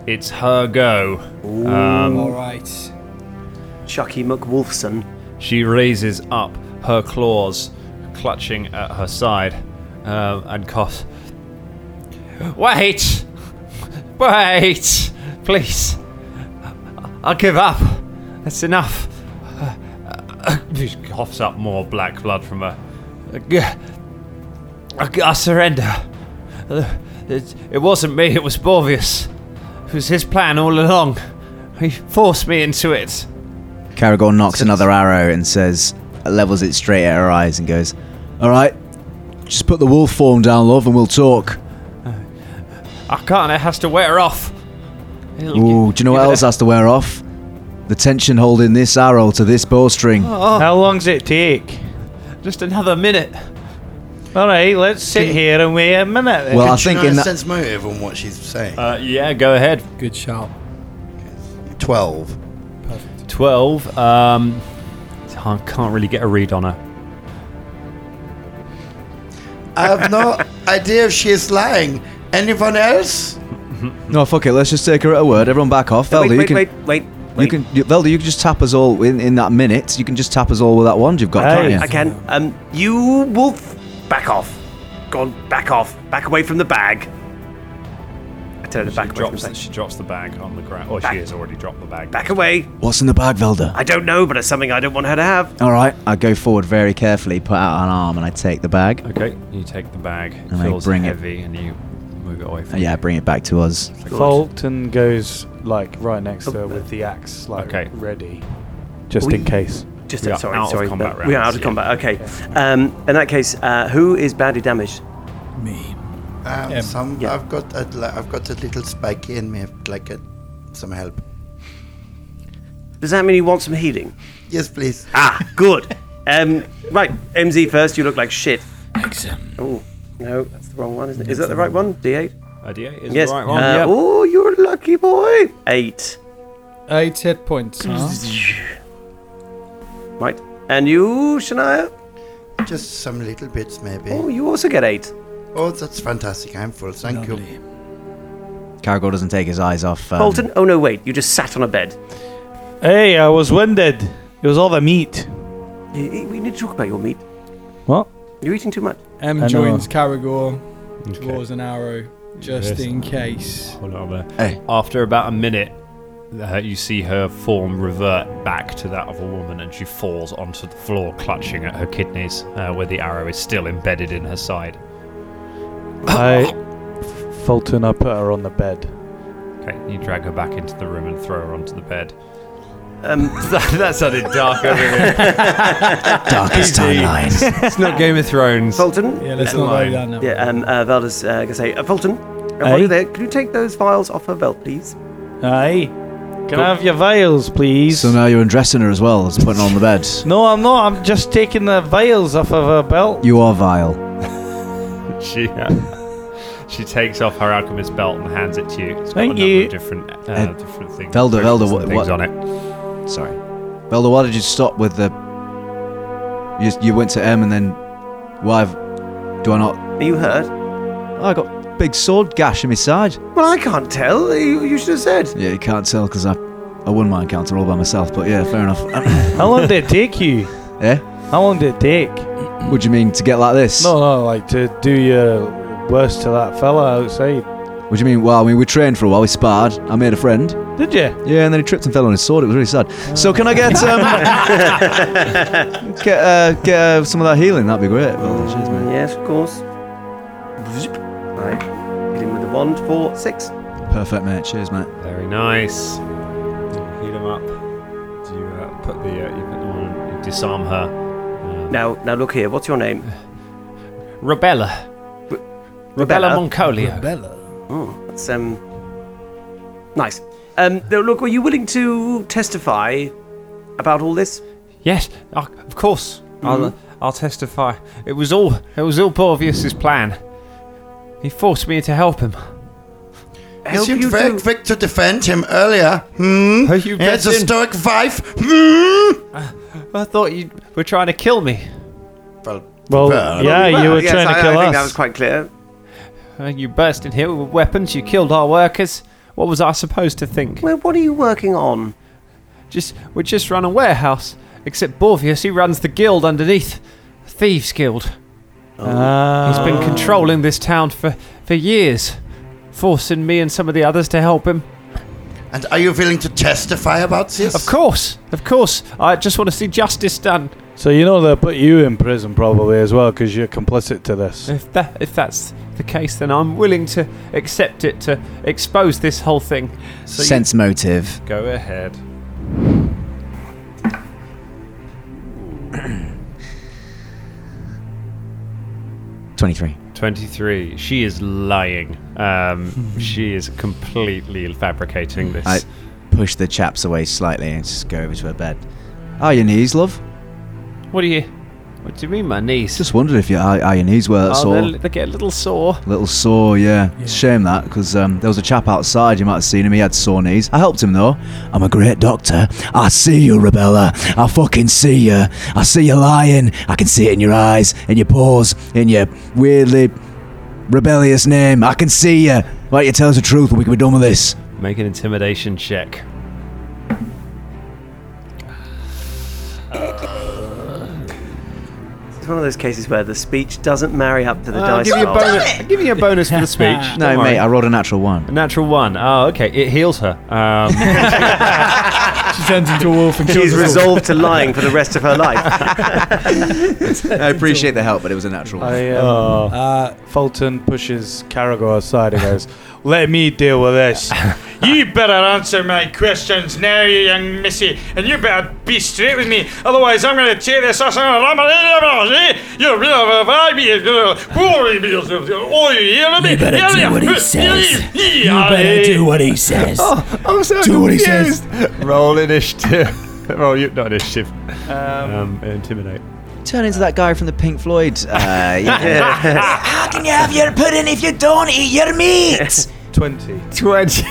Speaker 4: it's her go.
Speaker 2: All right.
Speaker 6: Chucky McWolfson.
Speaker 4: She raises up her claws, clutching at her side, um, and coughs. Wait! Wait! Please! I'll give up. That's enough. She coughs up more black blood from her. I, I surrender. Uh, It, it wasn't me, it was Borvius. It was his plan all along. He forced me into it.
Speaker 7: Caragor knocks another arrow and says, levels it straight at her eyes and goes, All right, just put the wolf form down, love, and we'll talk.
Speaker 4: I can't, it has to wear off. It'll gi-
Speaker 7: Ooh, do you know what
Speaker 4: give it
Speaker 7: else
Speaker 4: a-
Speaker 7: has to wear off? The tension holding this arrow to this bowstring.
Speaker 6: Oh,
Speaker 8: How long's it take?
Speaker 4: Just another minute.
Speaker 8: All right, let's sit here and wait a minute. Then.
Speaker 7: well, I
Speaker 5: Can
Speaker 7: think
Speaker 5: Shania
Speaker 7: in that.
Speaker 5: sense motive on what she's saying.
Speaker 4: Uh, yeah, go ahead.
Speaker 2: Good shout.
Speaker 5: Twelve.
Speaker 4: 12. Um, I can't really get a read on her.
Speaker 5: I have no idea if she is lying. Anyone else?
Speaker 7: No, fuck it. Let's just take her at a word. Everyone back off. Velda,
Speaker 6: wait,
Speaker 7: you
Speaker 6: wait,
Speaker 7: can.
Speaker 6: wait, wait,
Speaker 7: You
Speaker 6: wait.
Speaker 7: can, you, Velda, you can just tap us all in, in that minute. You can just tap us all with that wand you've got,
Speaker 4: Oh,
Speaker 8: Aye.
Speaker 7: can't you?
Speaker 6: I can. Um, you wolf, back off. Go on, back off. Back away from the bag. I turn it back away from the bag.
Speaker 4: she drops the bag on the ground. Or
Speaker 6: Back.
Speaker 4: she has already dropped the bag.
Speaker 6: Back away.
Speaker 7: What's in the bag, Velda?
Speaker 6: I don't know, but it's something I don't want her to have.
Speaker 7: all right, I go forward very carefully, put out an arm, and I take the bag.
Speaker 4: Okay, you take the bag. It
Speaker 7: And I
Speaker 4: feels
Speaker 7: bring it-
Speaker 4: heavy and you move it away
Speaker 7: Uh,
Speaker 4: from
Speaker 7: Yeah, bring it back to us.
Speaker 1: Fulton goes like right next
Speaker 8: Oh.
Speaker 1: to her with the axe, like
Speaker 4: Okay.
Speaker 1: ready, just
Speaker 6: We-
Speaker 1: in case.
Speaker 6: Just
Speaker 4: We are
Speaker 6: sorry,
Speaker 4: out of
Speaker 6: sorry.
Speaker 4: combat
Speaker 6: but we are
Speaker 4: rounds,
Speaker 6: out of
Speaker 4: yeah.
Speaker 6: combat. Okay. Um, in that case, uh, who is badly damaged?
Speaker 2: Me.
Speaker 5: Um,
Speaker 2: Um,
Speaker 5: some.
Speaker 6: yeah.
Speaker 5: I've got. A, li- I've got a little spike in me. I'd like a, some help.
Speaker 6: Does that mean you want some healing?
Speaker 5: Yes, please.
Speaker 6: Ah, good. Um, right, MZ first. You look like shit. Oh no, that's the wrong one, isn't it? Is that the right one? D8.
Speaker 4: Idea is
Speaker 6: Yes.
Speaker 4: the right one.
Speaker 6: Uh,
Speaker 4: yeah.
Speaker 6: Oh, you're a lucky boy. Eight.
Speaker 2: Eight hit points.
Speaker 6: Right. And you, Shania?
Speaker 5: Just some little bits, maybe.
Speaker 6: Oh,
Speaker 5: Oh,
Speaker 6: you also get eight.
Speaker 5: that's fantastic. I'm full. Thank you.
Speaker 7: Caragor doesn't take his eyes off. Um,
Speaker 6: Bolton? Oh no, wait. You just sat on a bed.
Speaker 8: Hey, I was winded. It was all the meat.
Speaker 6: Y- y- We need to talk about your meat.
Speaker 1: What?
Speaker 6: You're eating too much.
Speaker 2: M
Speaker 1: know.
Speaker 2: joins Caragor, draws an arrow just
Speaker 4: Yes.
Speaker 2: in case.
Speaker 4: Hold on there.
Speaker 7: Hey.
Speaker 4: After about a minute, uh, you see her form revert back to that of a woman and she falls onto the floor, clutching at her kidneys, uh, where the arrow is still embedded in her side.
Speaker 1: I Fulton, I put her on the bed.
Speaker 4: Okay, you drag her back into the room and throw her onto the bed.
Speaker 6: Um,
Speaker 4: That, that sounded dark over here.
Speaker 7: Darkest timelines.
Speaker 4: It's not Game of Thrones.
Speaker 6: Fulton.
Speaker 2: Yeah, let's not
Speaker 4: Line.
Speaker 2: worry that now.
Speaker 6: Yeah. Um. Uh, Velda's uh, gonna say, uh, Fulton. uh, While
Speaker 8: Aye.
Speaker 6: you're there, can you take those vials off her belt, please?
Speaker 8: Aye. Can I have your vials, please?
Speaker 7: so now you're undressing her as well as putting her on the bed.
Speaker 8: no, I'm not. I'm just taking the vials off of her belt.
Speaker 7: You are vile.
Speaker 4: She, uh, she takes off her alchemist belt and hands it to you. It's got
Speaker 8: Thank
Speaker 4: a number
Speaker 8: you.
Speaker 4: of different, uh,
Speaker 7: Uh,
Speaker 4: different things.
Speaker 7: Velda, Velda,
Speaker 4: potions and
Speaker 7: what-
Speaker 4: things
Speaker 7: what-
Speaker 4: on it.
Speaker 7: Sorry. Velda, why did you stop with the. You, just- you went to M and then. Why have, do I not.
Speaker 6: Are you hurt?
Speaker 7: I got big sword gash in my side.
Speaker 6: Well, I can't tell. You, you should have said.
Speaker 7: Yeah, you can't tell because I. I wouldn't mind counter all by myself, but yeah, fair enough.
Speaker 8: How long did it take you?
Speaker 7: yeah?
Speaker 8: How long did it take?
Speaker 7: What do you mean to get like this?
Speaker 8: No, no, like to do your worst to that fella outside.
Speaker 7: What do you mean? Well, I mean, we trained for a while, we sparred, I made a friend.
Speaker 8: Did you?
Speaker 7: Yeah, and then he tripped and fell on his sword. It was really sad. So can I get um, get uh, get uh, some of that healing? That'd be great. Well, cheers, mate.
Speaker 6: Yes, of course. Right. Hit him with the wand for six.
Speaker 7: Perfect, mate. Cheers, mate.
Speaker 4: Very nice. Heat him up. Do you uh, put the uh, you put the one, you disarm her?
Speaker 6: Now, now look here. What's your name?
Speaker 4: Rebella. Rebella
Speaker 6: Rebella.
Speaker 4: Moncolio.
Speaker 6: Oh, that's um. Nice. Um, now look, were you willing to testify about all this?
Speaker 4: Yes, uh, of course.
Speaker 6: Mm-hmm.
Speaker 4: I'll, uh, I'll testify. It was all it was all Porvius's plan. He forced me to help him.
Speaker 5: He
Speaker 6: Help
Speaker 5: seemed
Speaker 6: you
Speaker 5: very
Speaker 6: do-
Speaker 5: quick to defend him earlier. Hmm.
Speaker 4: Are you
Speaker 5: He has a
Speaker 4: betting?
Speaker 5: stoic wife. Hmm.
Speaker 4: I thought you were trying to kill me.
Speaker 5: Well,
Speaker 8: Well,
Speaker 5: Well,
Speaker 8: yeah,
Speaker 6: Well,
Speaker 8: you were
Speaker 6: yes,
Speaker 8: trying
Speaker 6: I,
Speaker 8: to kill
Speaker 6: I
Speaker 8: us.
Speaker 6: think that was quite clear.
Speaker 4: Uh, you burst in here with weapons. You killed our workers. What was I supposed to think?
Speaker 6: Well, what are you working on?
Speaker 4: Just we just run a warehouse. Except Borvius, he runs the guild underneath, thieves guild.
Speaker 8: Oh.
Speaker 4: He's been controlling this town for, for years, forcing me and some of the others to help him.
Speaker 5: And are you willing to testify about this?
Speaker 10: Of course, of course. I just want to see justice done.
Speaker 1: So you know they'll put you in prison probably as well because you're complicit to this.
Speaker 10: If that if that's the case, then I'm willing to accept it to expose this whole thing. So you-
Speaker 7: Sense motive.
Speaker 10: go ahead.
Speaker 7: Twenty-three.
Speaker 10: 23. She is lying. Um, she is completely fabricating this.
Speaker 7: I push the chaps away slightly and just go over to her bed. Are your knees, love?
Speaker 10: What do you? What do you mean, my niece?
Speaker 7: Just wondered if your are, are your knees were. That's
Speaker 10: oh,
Speaker 7: all.
Speaker 10: they're- they get a little sore.
Speaker 7: Little sore, yeah. Shame that, because um, there was a chap outside, you might have seen him, he had sore knees. I helped him though. I'm a great doctor. I see you, Rabella. I fucking see you. I see you lying. I can see it in your eyes, in your paws, in your weirdly rebellious name. I can see you. Why don't you tell us the truth and we can be done with this?
Speaker 10: Make an intimidation check.
Speaker 6: It's one of those cases where the speech doesn't marry up to the
Speaker 10: I'll
Speaker 6: dice.
Speaker 10: give you a
Speaker 6: roll.
Speaker 10: bonus. I'll give you a bonus for the speech.
Speaker 7: No,
Speaker 10: Don't worry.
Speaker 7: mate, I rolled a natural one.
Speaker 10: A natural one. Oh, okay. It heals her. Um,
Speaker 2: She turns into a wolf and kills
Speaker 6: She's
Speaker 2: us all.
Speaker 6: resolved to lying for the rest of her life.
Speaker 7: I appreciate the help, but it was a natural one.
Speaker 4: I, um,
Speaker 2: Uh,
Speaker 4: Fulton pushes Carragher aside and goes, Let me deal with this. you better answer my questions now, you young missy, and you better be straight with me, otherwise I'm going to tear this ass out of my You're real vibe, you're glory be yourself. Oh, you hear me? You better do what he says. You better do what he says.
Speaker 10: Oh, I'm so
Speaker 11: Do what he says.
Speaker 10: Roll initiative. Roll you not initiative. Um, intimidate.
Speaker 7: Turn into that guy from the Pink Floyd. Uh, How can you have your pudding if you don't eat your meat?
Speaker 4: 20.
Speaker 10: Twenty.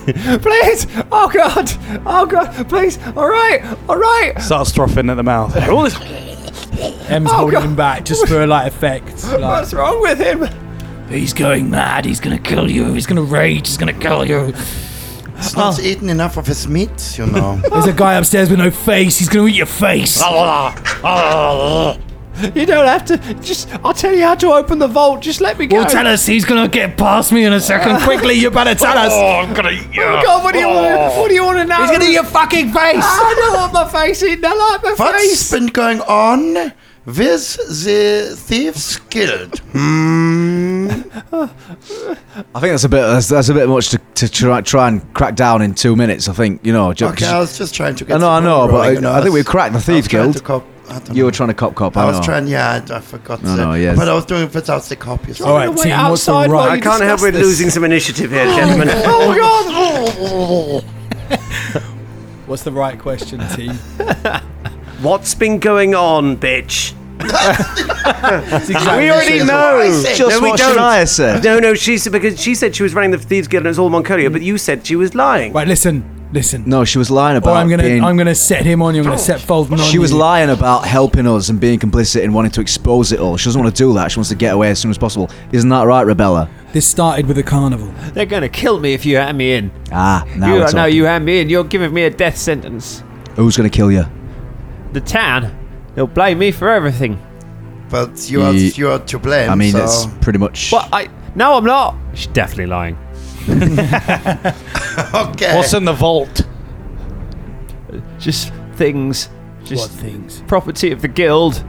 Speaker 10: please. Oh God. Oh God. Please. All right. All right.
Speaker 4: Starts frothing at the mouth.
Speaker 2: M's holding him back just for like effect.
Speaker 7: Uh.
Speaker 2: Like,
Speaker 10: What's wrong with him?
Speaker 12: He's going mad. He's gonna kill you. He's gonna rage. He's gonna kill you.
Speaker 5: He's not eaten enough of his meat, you know.
Speaker 2: there's a guy upstairs with no face. He's gonna eat your face.
Speaker 12: Oh,
Speaker 10: You don't have to. Just. I'll tell you how to open the vault. Just let me go.
Speaker 12: Well, tell us. He's gonna get past me in a second. Quickly, you better tell us.
Speaker 10: Oh God. What do you want? What do you want to know?
Speaker 12: He's gonna eat your fucking face.
Speaker 10: I don't want my face eaten. I like my
Speaker 5: What's
Speaker 10: face.
Speaker 5: been going on with the Thieves Guild? Hmm.
Speaker 7: I think that's a bit that's, that's a bit much to, to try, try and crack down in two minutes. I think you know. ju-
Speaker 5: Okay, I was just trying to get.
Speaker 7: I know,
Speaker 5: the
Speaker 7: I know,
Speaker 5: ball
Speaker 7: but
Speaker 5: rolling,
Speaker 7: I-
Speaker 5: you know,
Speaker 7: I think
Speaker 5: was-
Speaker 7: we cracked the
Speaker 5: I was
Speaker 7: Thieves
Speaker 5: trying
Speaker 7: Guild.
Speaker 5: to cop- I don't
Speaker 7: you
Speaker 5: know.
Speaker 7: were trying to cop cop. I,
Speaker 5: I was
Speaker 7: know.
Speaker 5: trying, yeah, I, I forgot.
Speaker 7: I
Speaker 5: the-
Speaker 7: know, yes.
Speaker 5: But I was doing it without the copy.
Speaker 2: All right,
Speaker 10: Wait,
Speaker 2: team. What's the
Speaker 10: outside while
Speaker 2: right?
Speaker 6: I can't help with losing some initiative here, gentlemen.
Speaker 10: Oh God.
Speaker 2: What's the right question, team?
Speaker 6: What's been going on, bitch?
Speaker 7: we already know. Just
Speaker 6: No, we
Speaker 7: what
Speaker 6: don't.
Speaker 7: Shania said.
Speaker 6: No, no, she's because she said she was running the thieves guild and it was all Moncolia, but you said she was lying.
Speaker 2: Right, listen, listen.
Speaker 7: No, she was lying about.
Speaker 2: or I'm gonna,
Speaker 7: being,
Speaker 2: I'm gonna set him on you. I'm gonna set Fold on
Speaker 7: she was
Speaker 2: you.
Speaker 7: lying about helping us and being complicit and wanting to expose it all. She doesn't want to do that. She wants to get away as soon as possible. Isn't that right, Rebella?
Speaker 2: This started with a carnival.
Speaker 10: They're gonna kill me if you hand me in.
Speaker 7: Ah, now
Speaker 10: you
Speaker 7: we're
Speaker 10: are, no,
Speaker 7: talking.
Speaker 10: you hand me in. You're giving me a death sentence.
Speaker 7: Who's gonna kill you?
Speaker 10: The town, they'll blame me for everything.
Speaker 5: But you are
Speaker 7: Ye-
Speaker 5: you are to blame.
Speaker 7: I mean,
Speaker 5: so.
Speaker 7: it's pretty much.
Speaker 10: But I, no, I'm not. She's definitely lying.
Speaker 5: okay.
Speaker 4: What's in the vault?
Speaker 10: Just things,
Speaker 2: What
Speaker 10: just
Speaker 2: things?
Speaker 10: property of the guild.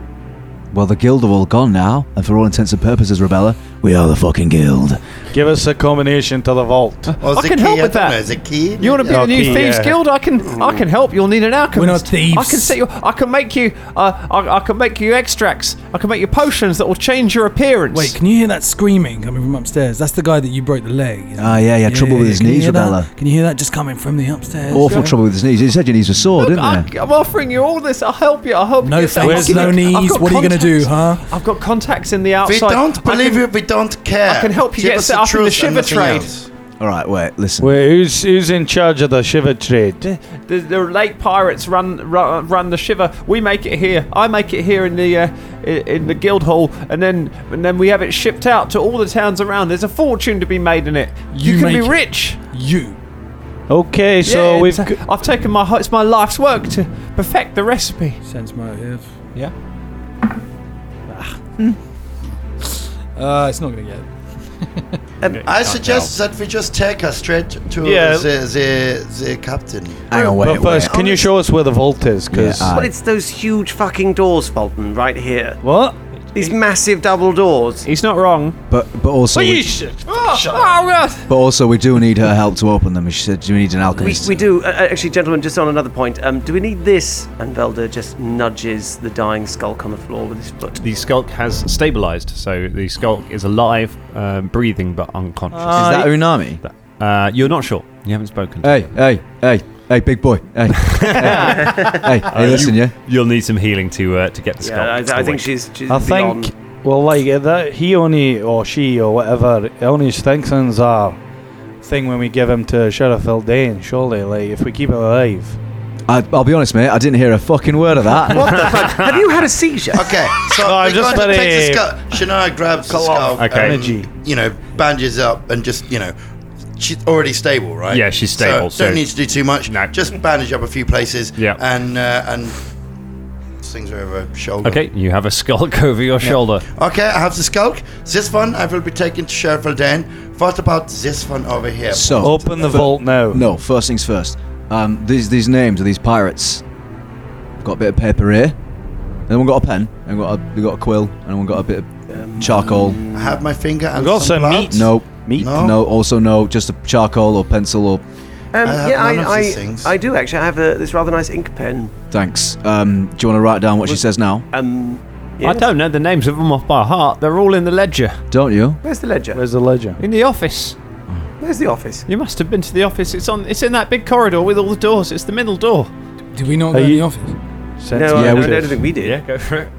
Speaker 7: Well, the guild are all gone now, and for all intents and purposes, Rebella, we are the fucking guild.
Speaker 4: Give us a combination to the vault.
Speaker 5: Or
Speaker 10: I
Speaker 5: the
Speaker 10: can
Speaker 5: key,
Speaker 10: help
Speaker 5: I
Speaker 10: with
Speaker 5: don't
Speaker 10: that.
Speaker 5: know, the key?
Speaker 10: You want to be the new
Speaker 4: Okay,
Speaker 10: thieves
Speaker 4: yeah.
Speaker 10: guild? I can, I can help. You'll need an alchemist.
Speaker 2: thieves.
Speaker 10: I can set you. I can make you. Uh, I, I can make you extracts. I can make you potions that will change your appearance.
Speaker 2: Wait, can you hear that screaming coming from upstairs? That's the guy that you broke the leg. you know?
Speaker 7: Ah, yeah, he had trouble with his
Speaker 2: can you
Speaker 7: knees,
Speaker 2: hear that?
Speaker 7: Rebella.
Speaker 2: Can you hear that just coming from the upstairs?
Speaker 7: Awful trouble with his knees. He said your knees were sore,
Speaker 10: Look,
Speaker 7: didn't
Speaker 10: I,
Speaker 7: they?
Speaker 10: I'm offering you all this. I'll help you. I'll help
Speaker 2: No
Speaker 10: you.
Speaker 2: thanks,
Speaker 10: I've
Speaker 2: no
Speaker 10: got-
Speaker 2: knees.
Speaker 10: I've got
Speaker 2: What are you gonna do,
Speaker 10: contacts.
Speaker 2: huh?
Speaker 10: I've got contacts in the outside.
Speaker 5: We don't
Speaker 10: I
Speaker 5: believe
Speaker 10: can-
Speaker 5: you. We don't care.
Speaker 10: I can help you
Speaker 5: Give
Speaker 10: get
Speaker 5: us
Speaker 10: set
Speaker 5: the
Speaker 10: up in the
Speaker 5: truth and
Speaker 10: shiver
Speaker 5: nothing
Speaker 10: trade.
Speaker 5: else.
Speaker 7: All right, wait, listen.
Speaker 4: Wait, who's, who's in charge of the shiver trade?
Speaker 10: The, the lake pirates run, run run the shiver. We make it here. I make it here in the uh, i- in the guild hall, and then and then we have it shipped out to all the towns around. There's a fortune to be made in it. You,
Speaker 2: You
Speaker 10: can be
Speaker 2: make it.
Speaker 10: rich.
Speaker 2: You.
Speaker 4: Okay, so
Speaker 10: Yeah,
Speaker 4: we've.
Speaker 10: it's-
Speaker 4: G-
Speaker 10: I've taken my it's my life's work to perfect the recipe.
Speaker 2: Sense motive.
Speaker 10: Yeah.
Speaker 7: Ah.
Speaker 2: Uh, it's not gonna get. it.
Speaker 5: I suggest that we just take her straight to
Speaker 1: Yeah.
Speaker 5: the, the the captain.
Speaker 7: Hang on,
Speaker 1: but first, can you show us where the vault is? Because
Speaker 6: But it's those huge fucking doors, Fulton, right here.
Speaker 1: What?
Speaker 6: These massive double doors.
Speaker 10: He's not wrong. Oh,
Speaker 7: But but also we, but also we do need her help to open them. She said we need an
Speaker 6: We,
Speaker 7: alchemist.
Speaker 6: we do. Uh, uh, actually, gentlemen, just on another point, um, do we need this? And Velda just nudges the dying skulk on the floor with his foot.
Speaker 10: The skulk has stabilized, so the skulk is alive, um, breathing, but unconscious.
Speaker 6: Ah.
Speaker 7: is that Unami?
Speaker 10: Uh, you're not sure. You haven't spoken.
Speaker 6: Uh,
Speaker 7: Hey, hey, hey, hey, big boy. Hey, hey, hey,
Speaker 10: Uh,
Speaker 7: hey listen,
Speaker 10: you,
Speaker 7: yeah.
Speaker 10: You'll need some healing to uh, to get the skulk.
Speaker 6: Yeah, I, I
Speaker 10: awake.
Speaker 6: think she's, she's
Speaker 1: I
Speaker 6: beyond.
Speaker 1: think, well, like uh, that, he only or she or whatever only strengthens our thing when we give him to Sheriff Haldane. Surely, like if we keep it alive.
Speaker 7: I, I'll be honest, mate. I didn't hear a fucking word of that.
Speaker 6: What the fuck? Have you had a seizure?
Speaker 5: Okay, so
Speaker 1: No, I'm
Speaker 5: we're
Speaker 1: just
Speaker 5: going to
Speaker 1: very-
Speaker 5: take the skull. Shania grabs the skull.
Speaker 10: Okay.
Speaker 5: um,
Speaker 1: Energy.
Speaker 5: you know, bandages up and just, you know, she's already stable, right?
Speaker 10: Yeah, she's stable,
Speaker 5: So don't
Speaker 10: so-
Speaker 5: need to do too much.
Speaker 10: No.
Speaker 5: Just bandage up a few places.
Speaker 10: Yeah.
Speaker 5: And uh, and things are over her shoulder.
Speaker 10: Okay, you have a skulk over your shoulder.
Speaker 5: Okay, I have the skull. This one I will be taking to Sheriff Haldane. What about this one over here?
Speaker 7: So
Speaker 1: Open the vault now.
Speaker 7: No, first things first. Um, these these names of these pirates. I've got a bit of paper here. Anyone got a pen? Anyone got a, we got a quill? Anyone got a bit of charcoal?
Speaker 5: I have my finger and
Speaker 1: We've got some
Speaker 5: blood.
Speaker 1: meat.
Speaker 7: No.
Speaker 1: Meat?
Speaker 5: No.
Speaker 7: No. Also no. Just a charcoal or pencil or
Speaker 6: Um,
Speaker 5: I have
Speaker 6: yeah,
Speaker 5: none of
Speaker 6: I,
Speaker 5: these
Speaker 6: I,
Speaker 5: things.
Speaker 6: I do actually. I have a, this rather nice ink pen.
Speaker 7: thanks. Um, do you want to write down what she says now?
Speaker 6: Um,
Speaker 10: I don't know the names of them off by heart. They're all in the ledger
Speaker 7: Don't you?
Speaker 6: Where's the ledger?
Speaker 1: Where's the ledger?
Speaker 10: in the office.
Speaker 6: Where's the office?
Speaker 10: You must have been to the office. It's on. It's in that big corridor with all the doors. It's the middle door.
Speaker 2: Did we not
Speaker 1: Are
Speaker 2: go in
Speaker 1: you-
Speaker 2: the office?
Speaker 1: Sensitive.
Speaker 6: No,
Speaker 7: Yeah,
Speaker 6: I,
Speaker 7: we
Speaker 6: I don't
Speaker 7: did.
Speaker 6: think we did.
Speaker 10: go for it.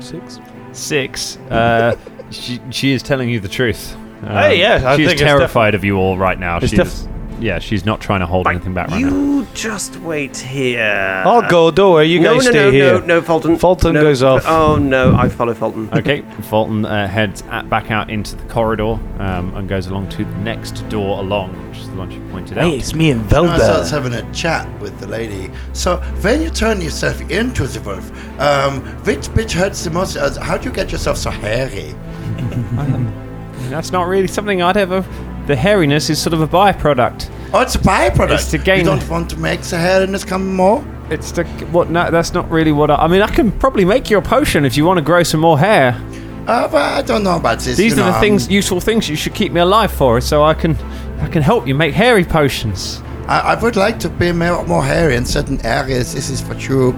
Speaker 1: Six.
Speaker 10: Six. Uh, she, she is telling you the truth. Um,
Speaker 1: Hey, yes, I
Speaker 10: she's
Speaker 1: think it's
Speaker 10: terrified of you all right now.
Speaker 1: It's
Speaker 10: She's yeah, she's not trying to hold anything back right now.
Speaker 6: You just wait here.
Speaker 1: I'll go. Don't worry. Oh, You
Speaker 6: no,
Speaker 1: guys
Speaker 6: no,
Speaker 1: stay
Speaker 6: no,
Speaker 1: here.
Speaker 6: No, no, Fulton.
Speaker 1: Fulton
Speaker 6: No,
Speaker 1: goes off.
Speaker 6: Oh no, I follow Fulton.
Speaker 10: Okay, Fulton uh, heads at, back out into the corridor um, and goes along to the next door along, which is the one she pointed out.
Speaker 1: me and
Speaker 10: Oh,
Speaker 5: I starts having a chat with the lady. So when you turn yourself into the wolf, um, which bit hurts the most? Uh, How do you get yourself so hairy?
Speaker 10: That's not really something I'd ever. The hairiness is sort of a byproduct.
Speaker 5: Oh, it's a byproduct.
Speaker 10: It's to
Speaker 5: You
Speaker 10: gain-
Speaker 5: don't want to make the hairiness come more.
Speaker 10: It's the what? No, that's not really what I. I mean, I can probably make you a potion if you want to grow some more hair.
Speaker 5: Uh, but I don't know about this.
Speaker 10: These
Speaker 5: you
Speaker 10: are
Speaker 1: um,
Speaker 5: know, um,
Speaker 10: the things, useful things you should keep me alive for, so I can, I can help you make hairy potions.
Speaker 5: um, I, I would like to be more, more hairy in certain areas. This is for true.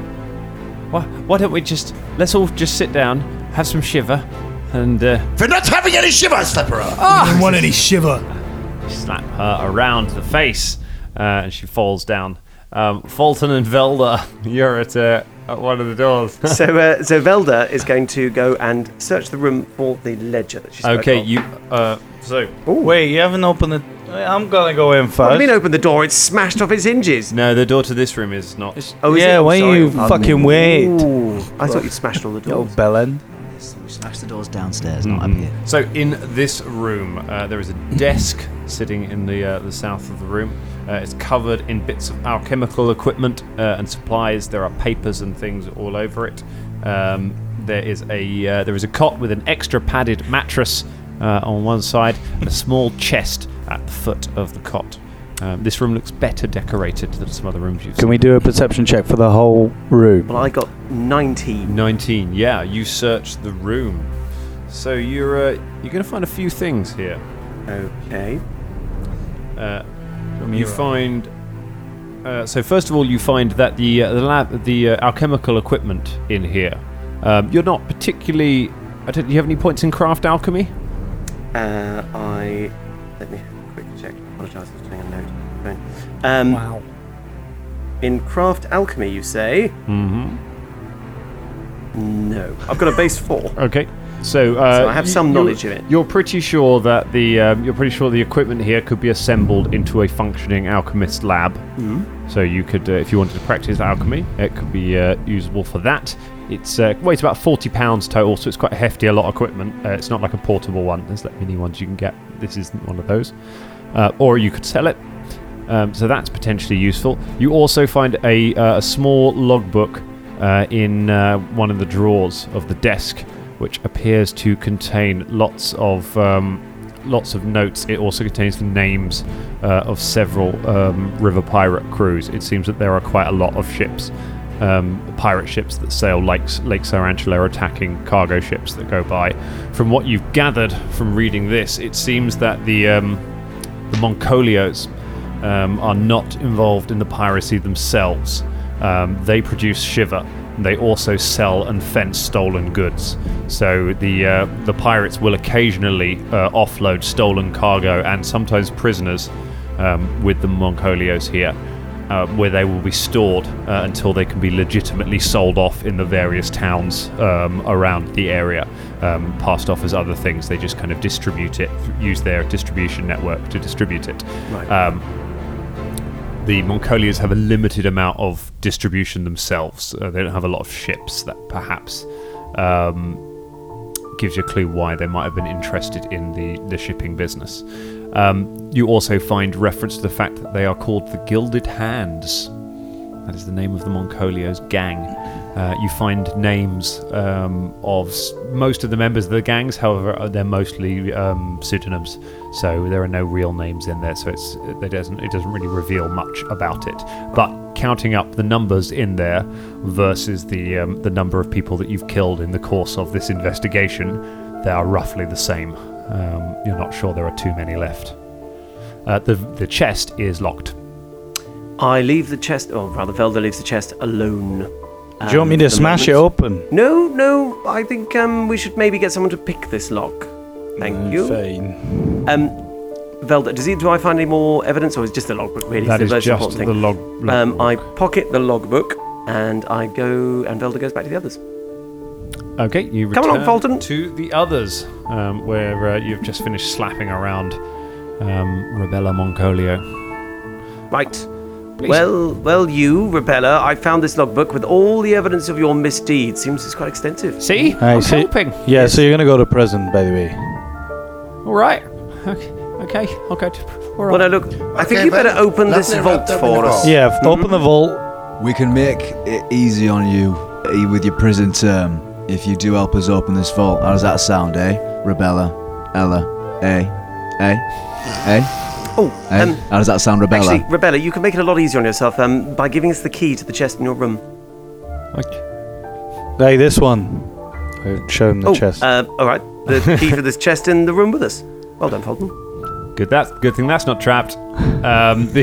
Speaker 10: Why, why don't we just let's all just sit down, have some shiver, and uh,
Speaker 5: We're not having any shiver, slapper.
Speaker 10: Oh.
Speaker 2: I don't want any shiver.
Speaker 10: slap her around the face, uh, and she falls down. Um, Fulton and Velda, you're at, uh, at one of the doors.
Speaker 6: so, uh, so Velda is going to go and search the room for the ledger that she spoke
Speaker 10: okay,
Speaker 6: of.
Speaker 10: you. Uh, so
Speaker 1: Wait, you haven't opened the. I'm gonna go in first.
Speaker 6: What do you mean open the door? It's smashed off its hinges.
Speaker 10: no, the door to this room is not.
Speaker 6: Oh, is
Speaker 1: yeah,
Speaker 6: it?
Speaker 1: why
Speaker 6: Sorry.
Speaker 1: you fucking wait?
Speaker 6: Ooh, I thought you'd smashed all the
Speaker 1: Yo,
Speaker 6: doors.
Speaker 1: Belen.
Speaker 7: We smashed the doors downstairs, not
Speaker 1: Mm-hmm.
Speaker 7: up here.
Speaker 10: So in this room, uh, there is a desk sitting in the uh, the south of the room. Uh, it's covered in bits of alchemical equipment uh, and supplies. There are papers and things all over it. Um, there is a uh, there is a cot with an extra padded mattress uh, on one side and a small chest at the foot of the cot. Um, this room looks better decorated than some other rooms you've
Speaker 1: Can
Speaker 10: seen.
Speaker 1: we do a perception check for the whole room?
Speaker 6: Well, I got 19.
Speaker 10: 19. Yeah, you search the room. So you're uh, you're gonna find a few things here.
Speaker 6: Okay.
Speaker 10: Uh, you find. Uh, so first of all, you find that the uh, the lab the uh, alchemical equipment in here. Um, you're not particularly. I don't, do you have any points in craft alchemy?
Speaker 6: Uh, I. Let me quickly check. apologise for doing a note. Right. Um,
Speaker 2: Wow.
Speaker 6: In craft alchemy, you say? Mm-hmm. No. I've got a base four.
Speaker 10: Okay. So,
Speaker 6: So I have some knowledge of
Speaker 10: you're,
Speaker 6: it.
Speaker 10: You're pretty sure that the um, you're pretty sure the equipment here could be assembled into a functioning alchemist lab.
Speaker 6: Mm-hmm.
Speaker 10: So you could, uh, if you wanted to practice alchemy, it could be uh, usable for that. It's uh, weighs about forty pounds total, so it's quite hefty. A lot of equipment. Uh, it's not like a portable one. There's like mini ones you can get. This isn't one of those. Uh, or you could sell it. Um, so that's potentially useful. You also find a, uh, a small logbook uh, in uh, one of the drawers of the desk, which appears to contain lots of um, lots of notes. It also contains the names uh, of several um, river pirate crews. It seems that there are quite a lot of ships, um, pirate ships that sail lakes, Lake Sarantula, attacking cargo ships that go by. From what you've gathered from reading this, it seems that the um, the Moncolios um, are not involved in the piracy themselves. Um, they produce shiver. They also sell and fence stolen goods. So the uh, the pirates will occasionally uh, offload stolen cargo and sometimes prisoners um, with the Moncolios here, uh, where they will be stored uh, until they can be legitimately sold off in the various towns um, around the area, um, passed off as other things. They just kind of distribute it, use their distribution network to distribute it.
Speaker 6: Right.
Speaker 10: Um, the Moncolias have a limited amount of distribution themselves. Uh, they don't have a lot of ships. That perhaps um, gives you a clue why they might have been interested in the, the shipping business. Um, you also find reference to the fact that they are called the Gilded Hands. That is the name of the Moncolios gang. Uh, you find names um, of s- most of the members of the gangs, however, uh, they're mostly um, pseudonyms, so there are no real names in there. So it's it doesn't it doesn't really reveal much about it. But counting up the numbers in there versus the um, the number of people that you've killed in the course of this investigation, they are roughly the same. Um, you're not sure there are too many left. Uh, the the chest is locked.
Speaker 6: I leave the chest, or rather, Velda leaves the chest alone. Um,
Speaker 1: Do you want me to smash it open?
Speaker 6: No, no. I think um, we should maybe get someone to pick this lock. Thank
Speaker 1: Mm,
Speaker 6: you. Fine. Um, Velda, does it, do I find any more evidence, or is it just the logbook really?
Speaker 10: That
Speaker 6: the
Speaker 10: is
Speaker 6: most
Speaker 10: just
Speaker 6: important thing?
Speaker 10: the log-
Speaker 6: Um, I pocket the logbook, and I go, and Velda goes back to the others.
Speaker 10: Okay, you
Speaker 6: Come along,
Speaker 10: return
Speaker 6: Fulton.
Speaker 10: to the others, um, where uh, you've just finished slapping around um, Rebella Moncolio.
Speaker 6: Right. Well, well, you, Rebeller, I found this logbook with all the evidence of your misdeeds. Seems it's quite extensive.
Speaker 10: See,
Speaker 1: Aye, so- Yeah, so you're gonna go to prison, by the way.
Speaker 10: All right. Okay. Okay. I'll go to. All
Speaker 6: Well, now look, I think you better open this vault for us.
Speaker 1: Yeah, f- open the vault.
Speaker 7: We can make it easy on you eh, with your prison term if you do help us open this vault. How does that sound, eh? Rebella, Ella, eh? Eh? Eh?
Speaker 6: Oh,
Speaker 7: eh?
Speaker 6: um,
Speaker 7: How does that sound, Rebella?
Speaker 6: Actually, Rebella, you can make it a lot easier on yourself um, by giving us the key to the chest in your room.
Speaker 1: Like this one. I Show him the
Speaker 6: oh,
Speaker 1: chest.
Speaker 6: Uh, all right. The key for this chest in the room with us. Well done, Fulton.
Speaker 10: Good. That's good thing. That's not trapped. Um, the,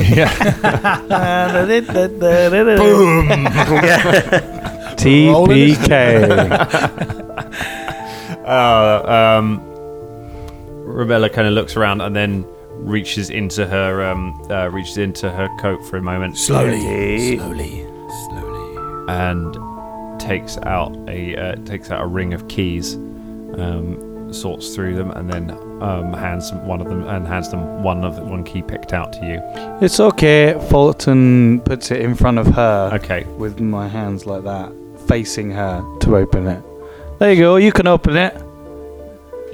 Speaker 1: TPK.
Speaker 10: uh, um, Rebella kind of looks around and then reaches into her um, uh, reaches into her coat for a moment.
Speaker 4: Slowly, slowly, slowly.
Speaker 10: and takes out a uh, takes out a ring of keys, um, sorts through them, and then um, hands them- one of them and hands them one of one key picked out to you.
Speaker 1: it's okay. Fulton puts it in front of her
Speaker 10: Okay,
Speaker 1: with my hands like that, facing her to open it. There you go. You can open it.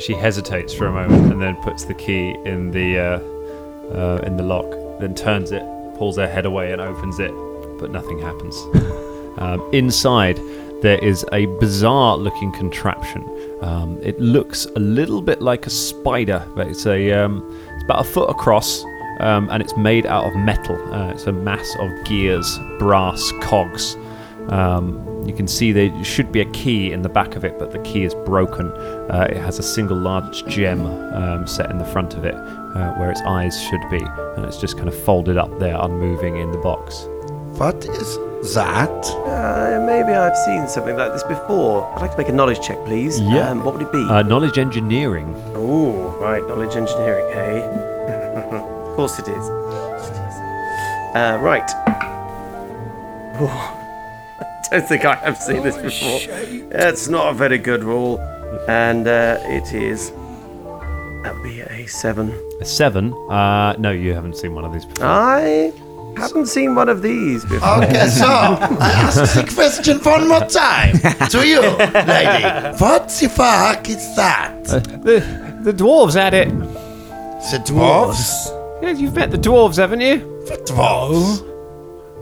Speaker 10: she hesitates for a moment and then puts the key in the uh, uh, in the lock, then turns it, pulls her head away, and opens it, but nothing happens. um, inside. There is a bizarre looking contraption. Um, it looks a little bit like a spider, but it's a um, it's about a foot across, um, and it's made out of metal. Uh, it's a mass of gears, brass cogs. Um, you can see there should be a key in the back of it, but the key is broken. Uh, it has a single large gem um, set in the front of it, uh, where its eyes should be, and it's just kind of folded up there, unmoving in the box.
Speaker 5: What is that?
Speaker 6: Uh, maybe I've seen something like this before. I'd like to make a knowledge check, please.
Speaker 10: Yeah.
Speaker 6: Um, what would it be?
Speaker 10: Uh, knowledge engineering.
Speaker 6: Oh, right, knowledge engineering, eh? hey? of course it is. Uh, right. Ooh, I don't think I have seen this before. That's not a very good roll. And uh, it is. That would be a seven.
Speaker 10: A seven? Uh, no, you haven't seen one of these before.
Speaker 7: Ah,
Speaker 6: I haven't seen one of these before.
Speaker 5: Okay, so I ask the question one more time to you, lady. What the fuck is that?
Speaker 10: the, the dwarves had it.
Speaker 5: The dwarves?
Speaker 10: Yeah, you've met the dwarves, haven't you?
Speaker 5: dwarves.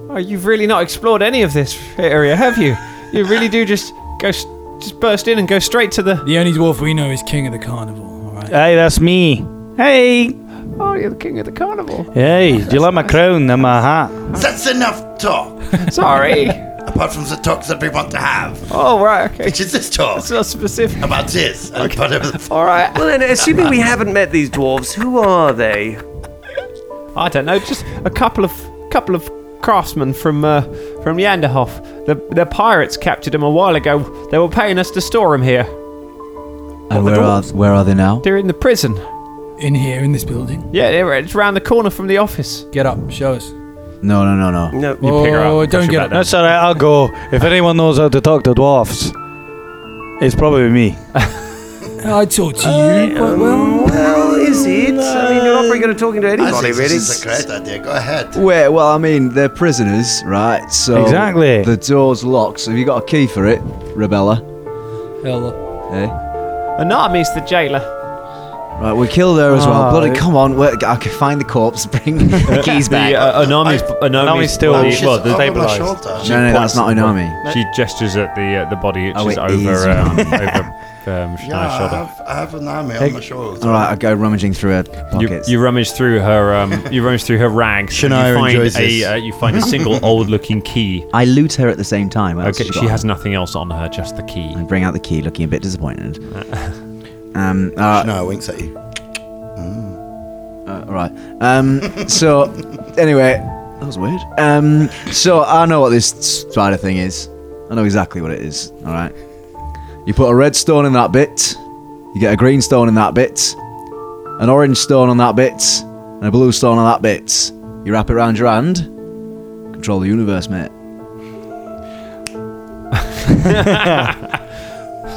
Speaker 10: Oh, you've really not explored any of this area, have you? You really do just go, s- just burst in and go straight to the.
Speaker 2: The only dwarf we know is king of the carnival.
Speaker 1: Hey, that's me. Hey.
Speaker 10: Oh, you're the king of the carnival.
Speaker 1: Hey, do you like my crown and my hat?
Speaker 5: That's enough talk.
Speaker 10: Sorry.
Speaker 5: Apart from the talk that we want to have.
Speaker 10: Oh, right, okay.
Speaker 5: Which is this talk. It's
Speaker 10: not specific.
Speaker 5: About this. And whatever the
Speaker 10: All right.
Speaker 6: Well, then, assuming we haven't met these dwarves, who are they?
Speaker 10: I don't know. Just a couple of couple of craftsmen from uh, from Yanderhof. The the pirates captured them a while ago. They were paying us to store them here.
Speaker 7: And where are where are they now?
Speaker 10: They're in the prison.
Speaker 2: In here, in this building.
Speaker 10: Yeah, they're, it's round the corner from the office.
Speaker 2: Get up, show us.
Speaker 7: No, no, no, no.
Speaker 6: No.
Speaker 1: You pick her up,
Speaker 2: Oh,
Speaker 1: push
Speaker 2: don't
Speaker 1: her
Speaker 2: get
Speaker 1: back
Speaker 2: up.
Speaker 1: down. That's alright, I'll go. If anyone knows how to talk to dwarfs, it's probably me.
Speaker 2: I talk to you quite well.
Speaker 6: Well, is it? I mean, you're not very good at talking to
Speaker 5: I
Speaker 6: anybody,
Speaker 5: think
Speaker 6: really.
Speaker 5: This is a great idea. Go ahead.
Speaker 7: Wait, well, I mean, they're prisoners, right? So
Speaker 1: Exactly.
Speaker 7: The door's locked. So have you got a key for it, Rebella?
Speaker 2: Hello.
Speaker 7: Eh?
Speaker 10: Anatomies the jailer.
Speaker 7: Right, we killed her as well.
Speaker 1: Ah,
Speaker 7: Bloody,
Speaker 1: it-
Speaker 7: come on, we I can find the corpse. Bring the keys back.
Speaker 4: The uh, Anami's, Anami's
Speaker 1: still-
Speaker 4: body-
Speaker 1: she's
Speaker 4: well, the
Speaker 5: over my
Speaker 4: stabilized.
Speaker 5: shoulder.
Speaker 4: She
Speaker 7: No, no,
Speaker 4: points
Speaker 7: that's not
Speaker 4: at the-
Speaker 7: Anami.
Speaker 4: She gestures at the uh, the body, which
Speaker 7: Oh,
Speaker 4: is
Speaker 7: it
Speaker 4: over
Speaker 7: is
Speaker 4: um,
Speaker 7: Anami.
Speaker 4: over um, Shania's
Speaker 5: Yeah, I
Speaker 4: shoulder.
Speaker 5: have, I have an army on my shoulder.
Speaker 7: All right, I go rummaging through her
Speaker 4: You,
Speaker 7: pockets.
Speaker 4: you rummage through her um, you rummage through her rags.
Speaker 5: Shania
Speaker 4: and you find
Speaker 5: enjoys
Speaker 4: a
Speaker 5: this.
Speaker 4: Uh, you find a single old-looking key.
Speaker 7: I loot her at the same time. What else
Speaker 4: Okay,
Speaker 7: has
Speaker 4: she
Speaker 7: got?
Speaker 4: has nothing else on her, just the key.
Speaker 7: I bring out the key, looking a bit disappointed. um, all right,
Speaker 5: No, winks at you.
Speaker 7: uh, all right. Um, so, anyway, that was weird. Um, so I know what this spider thing is. I know exactly what it is. All right. You put a red stone in that bit. You get a green stone in that bit. An orange stone on that bit. And a blue stone on that bit. You wrap it around your hand. Control the universe, mate.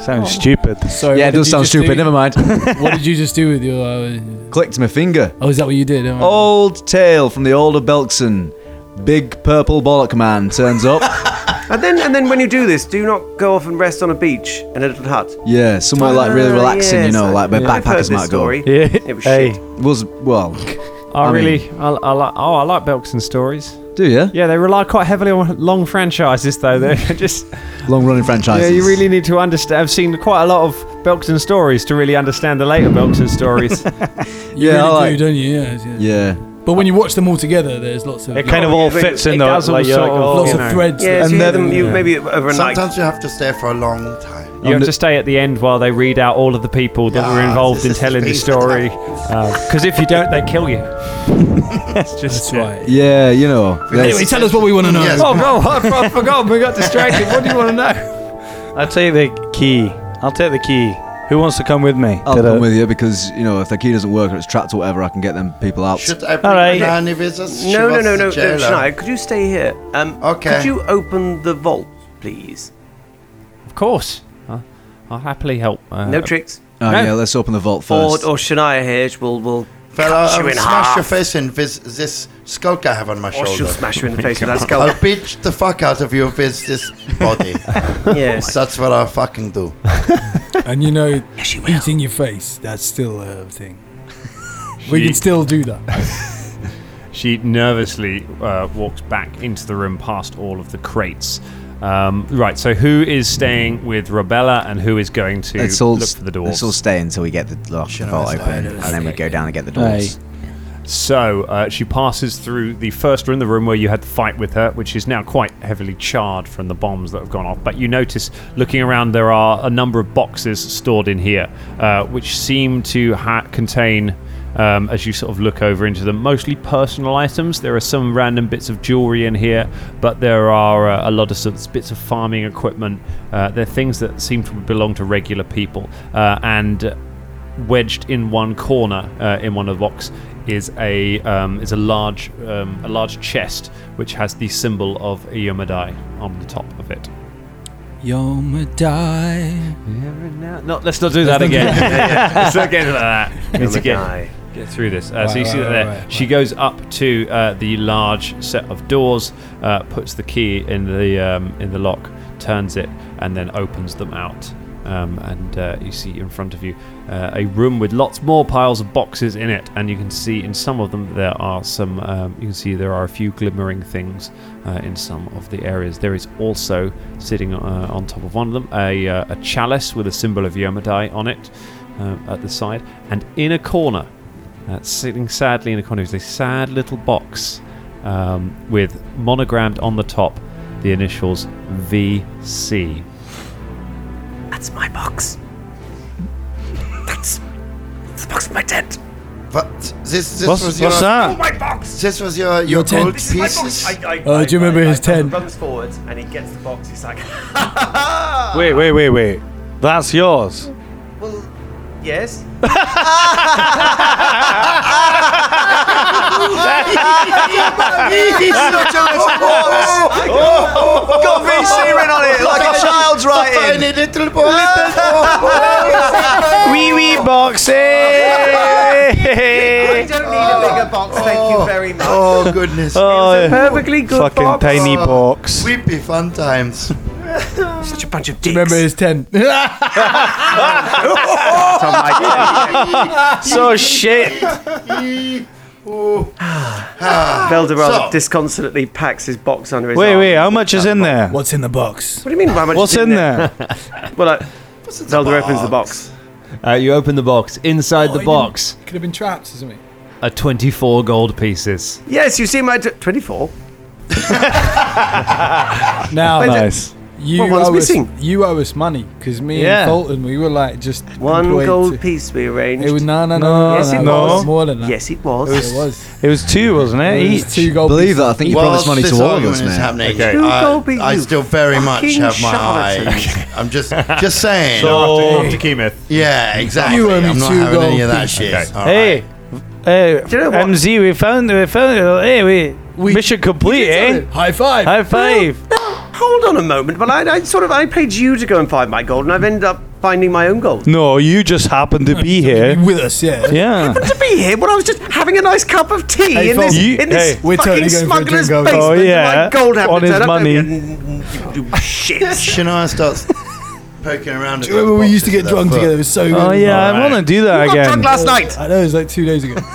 Speaker 1: Sounds
Speaker 6: Oh.
Speaker 1: stupid.
Speaker 2: Sorry.
Speaker 7: yeah,
Speaker 2: what
Speaker 7: it
Speaker 2: did
Speaker 7: does
Speaker 2: you
Speaker 7: sound
Speaker 2: just do?
Speaker 7: stupid. Never mind.
Speaker 2: what did you just do with your? Uh,
Speaker 7: Clicked my finger.
Speaker 2: oh, is that what you did? Oh,
Speaker 7: Old tale from the older Belkson. Big purple bollock man turns up.
Speaker 6: And then, and then, when you do this, do not go off and rest on a beach in a little hut.
Speaker 7: yeah, somewhere like really
Speaker 6: Ah,
Speaker 7: relaxing, you
Speaker 6: yes,
Speaker 7: know,
Speaker 6: I-
Speaker 7: like where
Speaker 6: I've heard
Speaker 7: backpackers
Speaker 6: this
Speaker 7: might
Speaker 6: story.
Speaker 1: Yeah.
Speaker 6: It was
Speaker 1: hey,
Speaker 6: shit.
Speaker 7: go. Was well,
Speaker 10: I,
Speaker 7: I mean-
Speaker 10: really, I, I like. Oh, I like Belkson stories.
Speaker 7: do you?
Speaker 10: Yeah, they rely quite heavily on long franchises, though. They're just
Speaker 7: Long running franchises.
Speaker 10: yeah. You really need to understand. I've seen quite a lot of Belkson stories to really understand the later Belkson stories.
Speaker 2: you
Speaker 7: yeah,
Speaker 2: really
Speaker 7: I like-
Speaker 2: do, don't you? Yes, yes.
Speaker 7: Yeah.
Speaker 2: But when you watch them all together, there's lots of
Speaker 1: it kind of all fits in
Speaker 10: It
Speaker 1: though.
Speaker 10: does all
Speaker 1: Like, you're
Speaker 10: sort
Speaker 1: like,
Speaker 10: of-
Speaker 1: oh,
Speaker 2: lots
Speaker 10: you
Speaker 2: of
Speaker 10: know.
Speaker 2: threads.
Speaker 6: Yeah, so
Speaker 2: and
Speaker 6: you,
Speaker 2: then
Speaker 6: have them, you maybe overnight.
Speaker 5: Sometimes you have to stay for a long time.
Speaker 10: You have to stay at the Ah, end while they read out all of the people that were
Speaker 5: Yeah,
Speaker 10: involved in
Speaker 5: this is
Speaker 10: telling the
Speaker 5: beast.
Speaker 10: story. Because if you don't, they kill you. it's
Speaker 2: That's
Speaker 10: just.
Speaker 2: right.
Speaker 7: Yeah, you know. that's-
Speaker 2: Anyway, tell us what we want to know.
Speaker 5: Yes.
Speaker 10: Oh, no, I, I forgot. We got distracted. What do you want to know?
Speaker 1: I'll take the key. I'll take the key. Who wants to come with me?
Speaker 7: I'll
Speaker 1: To the-
Speaker 7: come with you because, you know, if the key doesn't work or it's trapped or whatever, I can get them people out.
Speaker 5: Should I
Speaker 1: All
Speaker 5: bring
Speaker 1: right.
Speaker 5: an army with us? She
Speaker 6: No, no,
Speaker 5: was
Speaker 6: no,
Speaker 5: the
Speaker 6: no, no,
Speaker 5: jailer.
Speaker 6: Shania, could you stay here? Um,
Speaker 5: Okay.
Speaker 6: Could you open the vault, please?
Speaker 10: Of course. Huh? I'll happily help. Uh,
Speaker 6: No tricks.
Speaker 7: Oh,
Speaker 10: No.
Speaker 7: yeah, let's open the vault
Speaker 6: Or,
Speaker 7: first.
Speaker 6: or Shania here will will
Speaker 5: Fella,
Speaker 6: cut
Speaker 5: I
Speaker 6: you
Speaker 5: will
Speaker 6: in
Speaker 5: smash
Speaker 6: half.
Speaker 5: your face in with this skulk I have on my
Speaker 6: or she'll
Speaker 5: shoulder.
Speaker 6: smash you in the face with that skull.
Speaker 5: I'll beat the fuck out of you with this body.
Speaker 6: yes.
Speaker 5: That's what I fucking do.
Speaker 2: And you know, beating your face, that's still a thing. we can still do that.
Speaker 4: She nervously uh, walks back into the room past all of the crates. Um, right, so who is staying with Rabella and who is going to
Speaker 7: Let's all,
Speaker 4: look for the
Speaker 7: let's all
Speaker 4: dwarves?
Speaker 7: stay until we get the lock the vault open, and then we go down and get the
Speaker 1: Aye.
Speaker 7: doors.
Speaker 4: So uh, she passes through the first room, the room where you had the fight with her, which is now quite heavily charred from the bombs that have gone off. But you notice, looking around, there are a number of boxes stored in here, uh, which seem to ha- contain. Um, as you sort of look over into them, mostly personal items. There are some random bits of jewelry in here, but there are uh, a lot of sorts, bits of farming equipment. Uh, they're things that seem to belong to regular people. Uh, and uh, wedged in one corner uh, in one of the box is a um, is a large um, a large chest which has the symbol of Iomadai on the top of it.
Speaker 2: Yomadai.
Speaker 4: No, let's not do that again. let's not get into that. We need to
Speaker 6: Yomadai.
Speaker 4: get, get through this. Uh, so you
Speaker 2: Right,
Speaker 4: see
Speaker 2: right,
Speaker 4: that there.
Speaker 2: right, right,
Speaker 4: she goes up to uh, the large set of doors, uh, puts the key in the um, in the lock, turns it, and then opens them out. um, and uh, you see in front of you uh, a room with lots more piles of boxes in it, and you can see in some of them there are some. Um, you can see there are a few glimmering things uh, in some of the areas. There is also sitting uh, on top of one of them a, uh, a chalice with a symbol of Yomadai on it uh, at the side, and in a corner, uh, sitting sadly in a corner, is a sad little box um, with monogrammed on the top the initials VC.
Speaker 3: That's my box. That's, that's the box of my tent.
Speaker 5: What? This, this
Speaker 3: What's-
Speaker 5: was your,
Speaker 3: what's that? Oh, my
Speaker 5: box. This was your your,
Speaker 2: Your tent.
Speaker 5: gold
Speaker 2: This is my box.
Speaker 5: pieces.
Speaker 6: I, I,
Speaker 2: Oh,
Speaker 6: I,
Speaker 2: do you remember
Speaker 6: I,
Speaker 2: his
Speaker 6: I,
Speaker 2: tent?
Speaker 6: I runs forwards and he gets the box. He's like,
Speaker 1: Wait, wait, wait, wait. That's yours.
Speaker 6: yes.
Speaker 3: He's such a little box.
Speaker 7: Got VC written on it like a child's writing.
Speaker 5: Tiny little
Speaker 3: Wee wee boxy.
Speaker 6: don't need a bigger box, thank you very much.
Speaker 5: Oh goodness.
Speaker 1: Oh,
Speaker 6: perfectly good
Speaker 1: fucking
Speaker 6: box.
Speaker 1: tiny box.
Speaker 5: Weepy fun times.
Speaker 6: Such a bunch of dicks.
Speaker 2: Remember his tent.
Speaker 3: so shit.
Speaker 6: Velderal
Speaker 5: So-
Speaker 6: disconsolately packs his box under his
Speaker 1: Wait,
Speaker 6: arm.
Speaker 1: wait. How much is in there?
Speaker 2: What's in the box?
Speaker 6: What do you mean? How much
Speaker 1: What's
Speaker 6: is
Speaker 1: in there?
Speaker 6: Well, like, Velder opens the box.
Speaker 4: Uh, you open the box. Inside the box
Speaker 2: Could have been traps or something.
Speaker 4: are 24 gold pieces.
Speaker 6: Yes, you see my d- 24.
Speaker 2: Now,
Speaker 6: Wait,
Speaker 1: Nice.
Speaker 2: you
Speaker 6: what one's
Speaker 2: owe
Speaker 6: missing?
Speaker 2: Us, you owe us money because me
Speaker 4: Yeah.
Speaker 2: and Colton, we were like just
Speaker 6: One
Speaker 2: employed
Speaker 6: gold
Speaker 2: to-
Speaker 6: piece we arranged.
Speaker 2: It was no, no, no,
Speaker 6: Yes,
Speaker 2: no,
Speaker 6: it
Speaker 2: no,
Speaker 6: was.
Speaker 2: more than that.
Speaker 6: yes, it was.
Speaker 2: it was.
Speaker 1: It was two, wasn't it?
Speaker 2: It was
Speaker 1: Each.
Speaker 2: two gold
Speaker 7: Believe
Speaker 2: pieces.
Speaker 7: that. I think he
Speaker 5: Whilst
Speaker 7: promised money
Speaker 5: this
Speaker 7: to all of
Speaker 5: argument
Speaker 7: us,
Speaker 5: is
Speaker 7: man.
Speaker 5: happening,
Speaker 4: Okay.
Speaker 6: You
Speaker 5: I,
Speaker 6: go be
Speaker 5: I
Speaker 6: you
Speaker 5: still very much
Speaker 6: fucking
Speaker 5: have my
Speaker 6: charlatan.
Speaker 5: eye. I'm just just saying.
Speaker 4: So, to Keymouth.
Speaker 5: yeah, exactly.
Speaker 2: You owe me
Speaker 5: I'm not
Speaker 2: two
Speaker 5: having any
Speaker 2: gold
Speaker 5: of that
Speaker 2: pieces.
Speaker 5: shit. All right.
Speaker 1: Hey, hey,
Speaker 6: you know what?
Speaker 1: MZ, we found it. We found it. Hey, we,
Speaker 2: We-
Speaker 1: mission complete, eh?
Speaker 2: High five.
Speaker 1: High five.
Speaker 6: Hold on a moment, but I, I sort of I paid you to go and find my gold, and I've ended up finding my own gold.
Speaker 1: No, you just happened to be here.
Speaker 2: With us, yeah.
Speaker 1: Yeah.
Speaker 6: to be here when I was just having a nice cup of tea
Speaker 2: Hey,
Speaker 6: in this,
Speaker 2: Paul.
Speaker 1: You-
Speaker 6: in this
Speaker 1: hey.
Speaker 2: We're
Speaker 6: fucking
Speaker 2: totally going for a
Speaker 6: smuggler's
Speaker 2: drink,
Speaker 6: basement.
Speaker 2: aren't
Speaker 1: we? Oh, yeah.
Speaker 6: My gold happened
Speaker 1: On
Speaker 6: to
Speaker 1: his
Speaker 6: turn up.
Speaker 1: money.
Speaker 6: You- you- you Shit.
Speaker 5: Shania starts poking around.
Speaker 2: Do you remember we used to get drunk together? It was so good.
Speaker 1: Oh yeah, I want to do that
Speaker 6: I got
Speaker 1: again.
Speaker 6: drunk last night.
Speaker 2: I know it was like two days ago.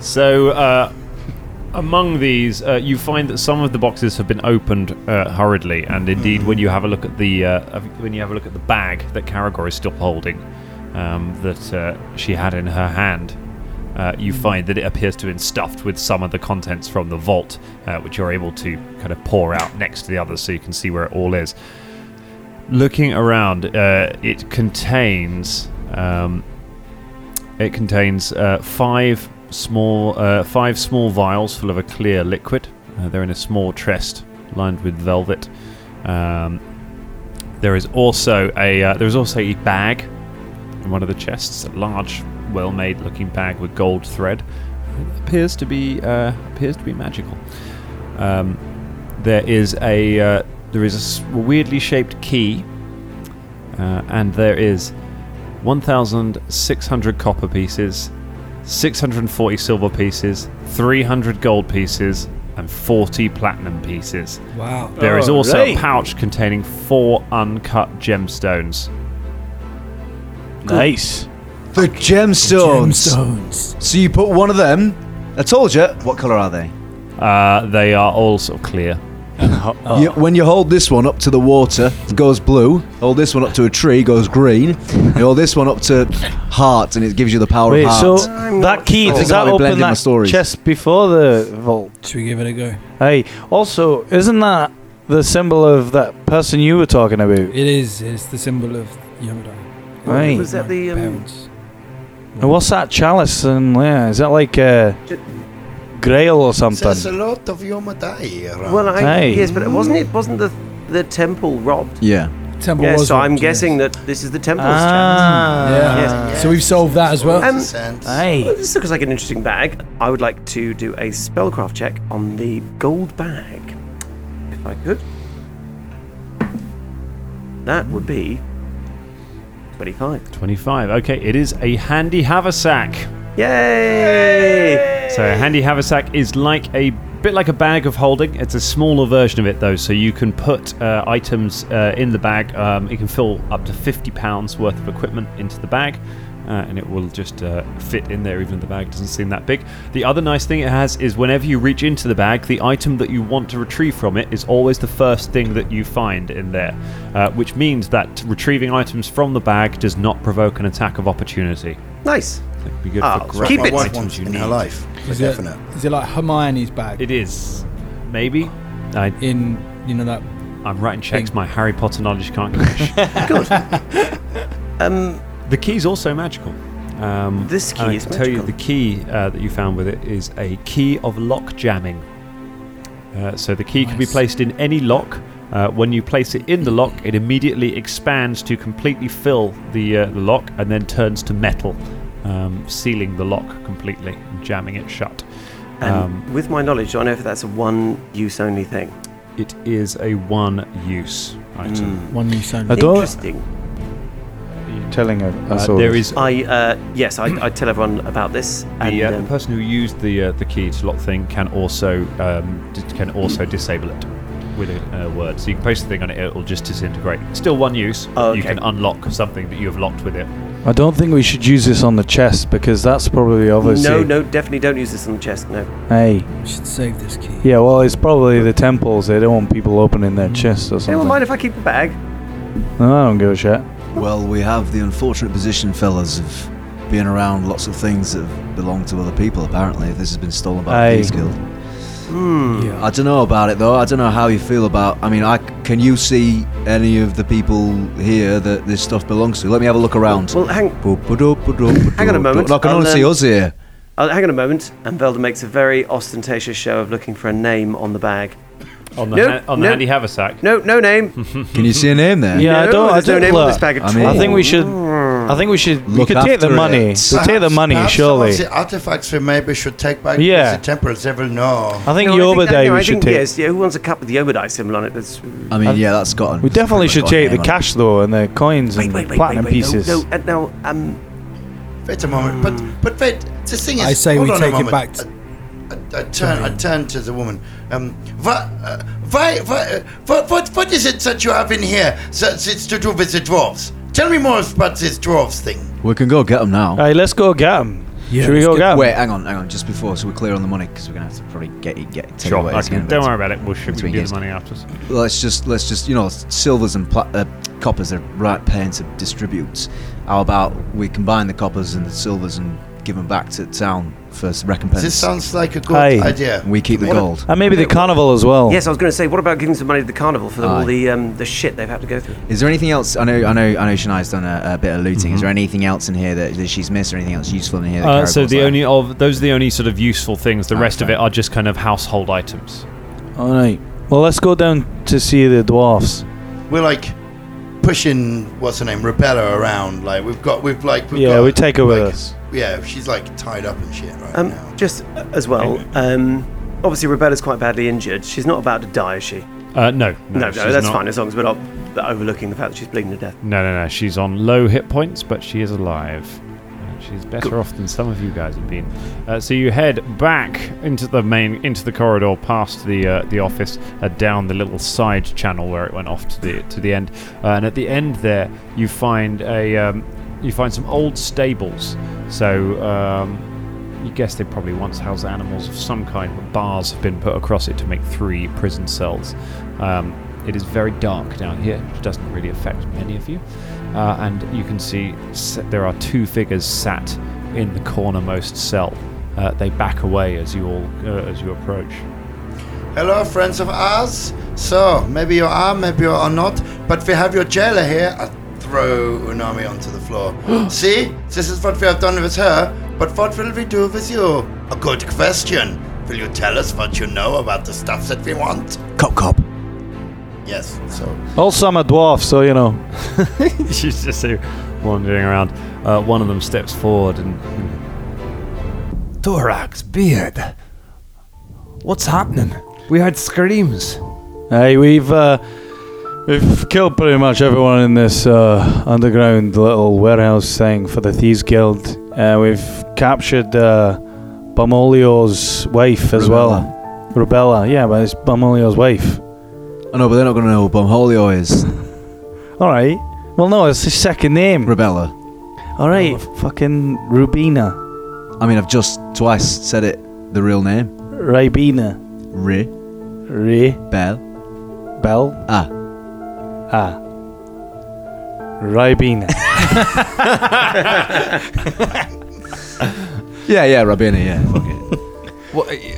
Speaker 4: So, uh, among these, uh, you find that some of the boxes have been opened uh, hurriedly, and indeed, when you have a look at the uh, when you have a look at the bag that Caragor is still holding, um, that uh, she had in her hand, uh, you find that it appears to have been stuffed with some of the contents from the vault, uh, which you're able to kind of pour out next to the others, so you can see where it all is. Looking around, uh, it contains. Um, it contains uh, five small uh, five small vials full of a clear liquid. Uh, they're in a small chest lined with velvet. Um, there is also a uh, there is also a bag in one of the chests, a large, well-made looking bag with gold thread. It appears to be uh, appears to be magical. Um, there is a uh, there is a s- weirdly shaped key, uh, and there is 1,600 copper pieces, 640 silver pieces, 300 gold pieces, and 40 platinum pieces.
Speaker 2: Wow.
Speaker 4: There is also
Speaker 1: Alright.
Speaker 4: a pouch containing four uncut gemstones.
Speaker 1: Nice.
Speaker 7: The gemstones.
Speaker 2: Gemstones.
Speaker 7: So you put one of them. I told you. What color are they?
Speaker 4: Uh, they are all sort of clear.
Speaker 6: Oh.
Speaker 7: You- when you hold this one up to the water, it goes blue. Hold this one up to a tree, goes green. You hold this one up to heart, and it gives you the power
Speaker 1: Wait,
Speaker 7: of
Speaker 1: so
Speaker 7: heart.
Speaker 1: that key
Speaker 7: sure.
Speaker 1: does
Speaker 7: I think
Speaker 1: that
Speaker 7: I'll be
Speaker 1: open
Speaker 7: blending my
Speaker 1: that
Speaker 7: stories.
Speaker 1: chest before the vault?
Speaker 2: Should we give it a go?
Speaker 1: Hey, also, isn't that the symbol of that person you were talking about?
Speaker 2: It is. It's the symbol of Yoda.
Speaker 1: Right.
Speaker 6: Was that the, um,
Speaker 2: Parents.
Speaker 1: And what's that chalice in there? Is that like a grail or
Speaker 5: There's a
Speaker 1: something?
Speaker 5: lot of Yomadai around.
Speaker 6: Well, I,
Speaker 1: Hey.
Speaker 6: yes, but it wasn't it wasn't the the temple robbed?
Speaker 7: yeah.
Speaker 2: Temple
Speaker 6: Yeah,
Speaker 2: was
Speaker 6: so I'm
Speaker 2: robbed,
Speaker 6: guessing
Speaker 2: yes.
Speaker 6: that this is the temple's
Speaker 1: Ah,
Speaker 2: Yeah.
Speaker 5: Yes.
Speaker 2: So we've solved that as well.
Speaker 6: Um,
Speaker 5: Makes sense.
Speaker 6: chance. Well,
Speaker 1: Hey,
Speaker 6: This looks like an interesting bag. I would like to do a spellcraft check on the gold bag, if I could. That would be twenty-five.
Speaker 4: 25. Okay, it is a handy haversack.
Speaker 6: Yay!
Speaker 4: So a handy haversack is like a bit like a bag of holding. It's a smaller version of it though, so you can put uh, items uh, in the bag. Um, you can fill up to 50 pounds worth of equipment into the bag. Uh, and it will just uh, fit in there, even if the bag doesn't seem that big. The other nice thing it has is whenever you reach into the bag, the item that you want to retrieve from it is always the first thing that you find in there, uh, which means that retrieving items from the bag does not provoke an attack of opportunity.
Speaker 6: Nice.
Speaker 4: That'd be good
Speaker 6: Ah,
Speaker 4: for
Speaker 6: keep
Speaker 4: grabbing
Speaker 6: it.
Speaker 4: items
Speaker 6: Wants
Speaker 4: you
Speaker 6: in her
Speaker 4: need.
Speaker 6: life,
Speaker 2: Is it, is it like Hermione's bag?
Speaker 4: It is. Maybe. I,
Speaker 2: in you know that.
Speaker 4: I'm writing checks. My Harry Potter knowledge can't cash.
Speaker 6: um,
Speaker 4: the key's also magical. Um,
Speaker 6: This key
Speaker 4: I
Speaker 6: is
Speaker 4: can tell you
Speaker 6: magical.
Speaker 4: the key uh, that you found with it is a key of lock jamming. Uh, so the key can be placed in any lock. Uh, when you place it in the lock, it immediately expands to completely fill the, uh, the lock and then turns to metal, um, sealing the lock completely and jamming it shut. Um,
Speaker 6: And with my knowledge, do I know if that's a one use only thing?
Speaker 4: It is a one use
Speaker 6: Mm.
Speaker 4: item.
Speaker 2: One use
Speaker 1: Uh,
Speaker 4: only. I don't-
Speaker 6: Interesting.
Speaker 1: You're telling her. That's
Speaker 4: Uh,
Speaker 1: all.
Speaker 4: there is
Speaker 6: I uh, yes, I, I tell everyone about this. And
Speaker 4: The, uh,
Speaker 6: um,
Speaker 4: the person who used the uh, the key to lock thing can also um, d- can also disable it with a uh, word. So you can post the thing on it; it will just disintegrate. Still one use.
Speaker 6: Oh,
Speaker 4: You can unlock something that you have locked with it.
Speaker 1: I don't think we should use this on the chest because that's probably obvious.
Speaker 6: no, no, definitely don't use this on the chest. No.
Speaker 1: Hey.
Speaker 2: We should save this key.
Speaker 1: Yeah, well, it's probably the temples. They don't want people opening their chests or
Speaker 6: Anyone
Speaker 1: something.
Speaker 6: mind if I keep the bag?
Speaker 1: No, I don't give a shit.
Speaker 13: Well, we have the unfortunate position, fellas, of being around lots of things that have belonged to other people, apparently. This has been stolen by
Speaker 1: Aye.
Speaker 13: the Thieves Guild. I don't know about it, though. I don't know how you feel about... I mean, I, can you see any of the people here that this stuff belongs to? Let me have a look around.
Speaker 6: Well, hang...
Speaker 13: Hang
Speaker 6: Hang on a moment.
Speaker 13: I can
Speaker 6: I'll,
Speaker 13: only see
Speaker 6: um,
Speaker 13: us here.
Speaker 6: I'll- hang on a moment. And Velda makes a very ostentatious show of looking for a name on the bag.
Speaker 4: On
Speaker 13: the
Speaker 6: no,
Speaker 13: ha- on the
Speaker 6: no,
Speaker 4: handy haversack.
Speaker 6: No, no name.
Speaker 13: Can you see a name there?
Speaker 1: Yeah, I
Speaker 6: No,
Speaker 1: don't. I
Speaker 6: there's no
Speaker 1: don't
Speaker 6: name on
Speaker 1: look.
Speaker 6: this bag at
Speaker 1: I, mean,
Speaker 6: all.
Speaker 1: I think we should. I think we should. we
Speaker 13: Look
Speaker 1: could take the
Speaker 13: after
Speaker 1: money.
Speaker 13: it.
Speaker 1: We'll take the
Speaker 5: Perhaps-
Speaker 1: money,
Speaker 5: perhaps some
Speaker 1: surely.
Speaker 5: of the artifacts we maybe should take back
Speaker 1: Yeah.
Speaker 5: yeah. the temperance ever know.
Speaker 1: I think
Speaker 6: No, I
Speaker 1: Yoba
Speaker 6: that-
Speaker 1: Day
Speaker 6: no, I
Speaker 1: we should
Speaker 6: think,
Speaker 1: take.
Speaker 6: Yes, yeah, who wants a cup with the Obadiah symbol on it? That's.
Speaker 13: I mean, yeah, that's gotten.
Speaker 1: We definitely should
Speaker 13: got
Speaker 1: take the
Speaker 13: name on it.
Speaker 1: cash though, and the coins and
Speaker 6: Wait,
Speaker 1: the
Speaker 6: wait,
Speaker 1: platinum
Speaker 6: wait, wait,
Speaker 1: pieces.
Speaker 6: No, no, uh, no um,
Speaker 5: Wait a moment, but but wait, the thing is,
Speaker 2: I say
Speaker 5: hold
Speaker 2: we
Speaker 5: on a
Speaker 2: take it
Speaker 5: moment.
Speaker 2: back. To,
Speaker 5: I turn, I turn to the woman. Um, why, uh, why, why, uh, what, what, what is it that you have in here that it's to do with the dwarves? Tell me more about this dwarves thing.
Speaker 13: We can go get them now.
Speaker 1: Hey, let's go get them.
Speaker 13: Yeah,
Speaker 1: Should we go get 'em?
Speaker 13: Wait, hang on, hang on. Just before, so we're clear on the money because we're gonna have to probably get get. take
Speaker 4: Sure,
Speaker 13: away
Speaker 4: I
Speaker 13: his
Speaker 4: can-
Speaker 13: hand
Speaker 4: don't
Speaker 13: bits.
Speaker 4: worry about it. We'll shoot
Speaker 13: Between
Speaker 4: you the
Speaker 13: his-
Speaker 4: money afterwards.
Speaker 13: Let's just let's just you know silvers and pla- uh, coppers are right paying to distribute. How about we combine the coppers and the silvers and give them back to town for some recompense?
Speaker 5: This sounds like a good
Speaker 1: Aye.
Speaker 5: idea.
Speaker 13: We keep the
Speaker 5: What a-
Speaker 13: gold.
Speaker 1: And maybe the carnival as well.
Speaker 6: yes, I was going to say, what about giving some money to the carnival for the, all
Speaker 13: Aye.
Speaker 6: the um, the shit they've had to go through?
Speaker 13: Is there anything else? I know, I know, I know. Shania's done a, a bit of looting. Is there anything else in here that, that she's missed, or anything else useful in here? That
Speaker 4: Mm-hmm. Uh, so
Speaker 13: Caragor's
Speaker 4: the
Speaker 13: left?
Speaker 4: only of those are the only sort of useful things. The rest of it are just kind of household items.
Speaker 1: All right. Well, let's go down to see the dwarfs.
Speaker 5: We're like pushing what's her name, Rebella, around. Like we've got, we've like, we've
Speaker 1: Yeah,
Speaker 5: got,
Speaker 1: we take her with us.
Speaker 5: yeah, she's like tied up and shit right
Speaker 6: Um,
Speaker 5: now.
Speaker 6: just uh, as well, um, obviously Rebella's quite badly injured. She's not about to die, is she?
Speaker 4: Uh, no,
Speaker 6: No, no,
Speaker 4: she's
Speaker 6: that's
Speaker 4: not.
Speaker 6: fine, as long as we're not overlooking the fact that she's bleeding to death.
Speaker 4: No, no, no. She's on low hit points, but she is alive. And She's better
Speaker 6: Good.
Speaker 4: off than some of you guys have been. Uh, so you head back into the main, into the corridor, past the uh, the office, uh, down the little side channel where it went off to the to the end. Uh, and at the end there, you find a um, you find some old stables. So um, you guess they probably once housed animals of some kind, but bars have been put across it to make three prison cells. Um, it is very dark down here, which doesn't really affect many of you. Uh, and you can see s- there are two figures sat in the cornermost cell. Uh, they back away as you all uh, as you approach.
Speaker 5: Hello, friends of ours. So, maybe you are, maybe you are not, but we have your jailer here. I throw Unami onto the floor. See, this is what we have done with her, but what will we do with you? A good question. Will you tell us what you know about the stuff that we want?
Speaker 13: Cop, cop.
Speaker 5: Yes, so.
Speaker 1: Also, I'm a dwarf, so you know.
Speaker 4: She's just so wandering around. Uh, one of them steps forward and
Speaker 14: Thorax, beard. What's happening? We heard screams.
Speaker 1: Hey, we've uh, we've killed pretty much everyone in this uh, underground little warehouse thing for the Thieves Guild. Uh, we've captured uh, Bomolio's wife as well. Rubella, yeah, but it's Bomolio's wife.
Speaker 13: Oh,
Speaker 7: I know, but they're not going to know who Bomolio is.
Speaker 1: All right. Well, no, it's his second name.
Speaker 7: Rubella.
Speaker 1: All right. fucking Rubina.
Speaker 7: I mean, I've just twice said it, the real name.
Speaker 1: Ribena.
Speaker 7: Re.
Speaker 1: Re.
Speaker 7: Bell.
Speaker 1: Bell.
Speaker 7: Ah.
Speaker 1: Ah. Ribena.
Speaker 7: Yeah, yeah, Rabina, yeah. Fuck it.
Speaker 10: What? Are you,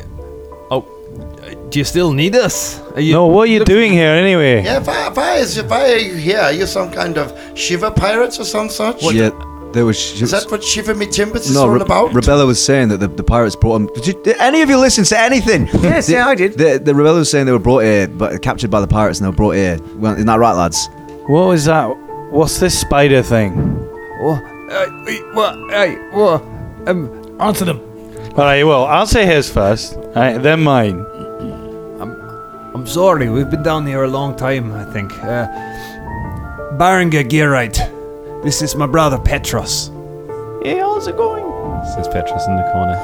Speaker 10: oh, uh, do you still need us? Are you,
Speaker 1: no, what are you doing here anyway?
Speaker 5: Yeah, why, why, is, why are you here? Are you some kind of Shiva pirates or some such?
Speaker 7: Yeah, there was. She
Speaker 5: Is
Speaker 7: was-
Speaker 5: that what Shiva me timbers is
Speaker 7: no,
Speaker 5: all
Speaker 7: Re-
Speaker 5: about?
Speaker 7: Rebella was saying that the, the pirates brought them. Did, you, did any of you listen to anything?
Speaker 5: Yes,
Speaker 7: The-
Speaker 5: yeah, I
Speaker 7: did. The, the Rebella was saying they were brought here, but captured by the pirates, and they were brought here. Well, isn't that right, lads?
Speaker 1: What was that? What's this spider thing?
Speaker 10: what? Hey, what? Um, answer them.
Speaker 1: All right. Well, I'll say his first. All right, then mine.
Speaker 10: I'm sorry, we've been down here a long time, I think. Uh, Baranga Gearite. This is my brother Petros.
Speaker 4: Hey, how's it going? Says Petros in the corner.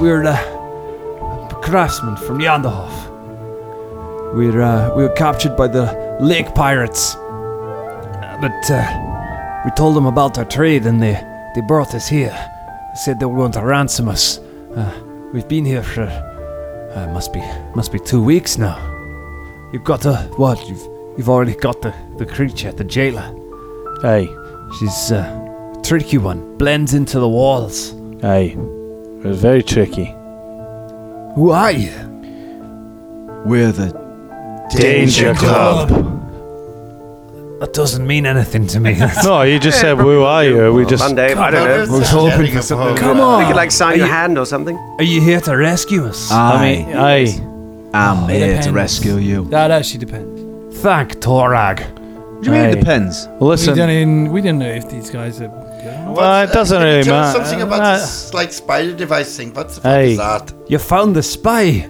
Speaker 10: We're uh, craftsmen from Yanderhof. We're uh, we were captured by the lake pirates, Uh, but uh, we told them about our trade, and they they brought us here. They said they were going to ransom us. Uh, we've been here for uh, must be must be two weeks now. You've got a what? You've you've already got the the creature, the jailer.
Speaker 1: Hey,
Speaker 10: she's uh, a tricky one. Blends into the walls.
Speaker 1: Aye. It was very tricky.
Speaker 10: Who are you?
Speaker 7: We're the
Speaker 1: Danger Club.
Speaker 10: That doesn't mean anything to me.
Speaker 1: no, you just said, "Who are you?" We just
Speaker 10: Monday, I don't know.
Speaker 1: We was hoping for something.
Speaker 10: Come on.
Speaker 6: We could like sign
Speaker 10: Are
Speaker 6: your
Speaker 10: you-
Speaker 6: hand or something.
Speaker 10: Are you here to rescue us?
Speaker 1: Uh,
Speaker 7: I mean, oh,
Speaker 1: Aye.
Speaker 7: I'm
Speaker 10: it
Speaker 7: here
Speaker 10: depends.
Speaker 7: to rescue you.
Speaker 2: That actually depends.
Speaker 10: Thank Torag.
Speaker 7: do you mean it depends?
Speaker 2: We didn't, we didn't know if these guys are.
Speaker 1: Well, Uh, it doesn't
Speaker 5: Can you
Speaker 1: really
Speaker 5: tell us
Speaker 1: matter.
Speaker 5: Something about
Speaker 1: Uh,
Speaker 5: this like spider device thing. What the fuck
Speaker 1: Hey.
Speaker 5: is that?
Speaker 10: You found the spy.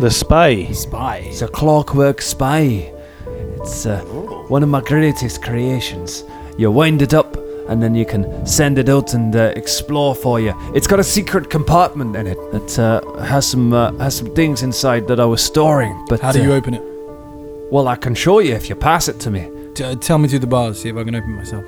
Speaker 1: The spy.
Speaker 10: Spy. It's a clockwork spy. It's uh,
Speaker 2: Oh.
Speaker 10: one of my greatest creations. You wind it up, and then you can send it out and uh, explore for you. It's got a secret compartment in it that uh, has some uh, has some things inside that I was storing. But
Speaker 2: How do
Speaker 10: uh,
Speaker 2: you open it?
Speaker 10: Well, I can show you if you pass it to me.
Speaker 2: T- uh, tell me through the bars, see if I can open myself.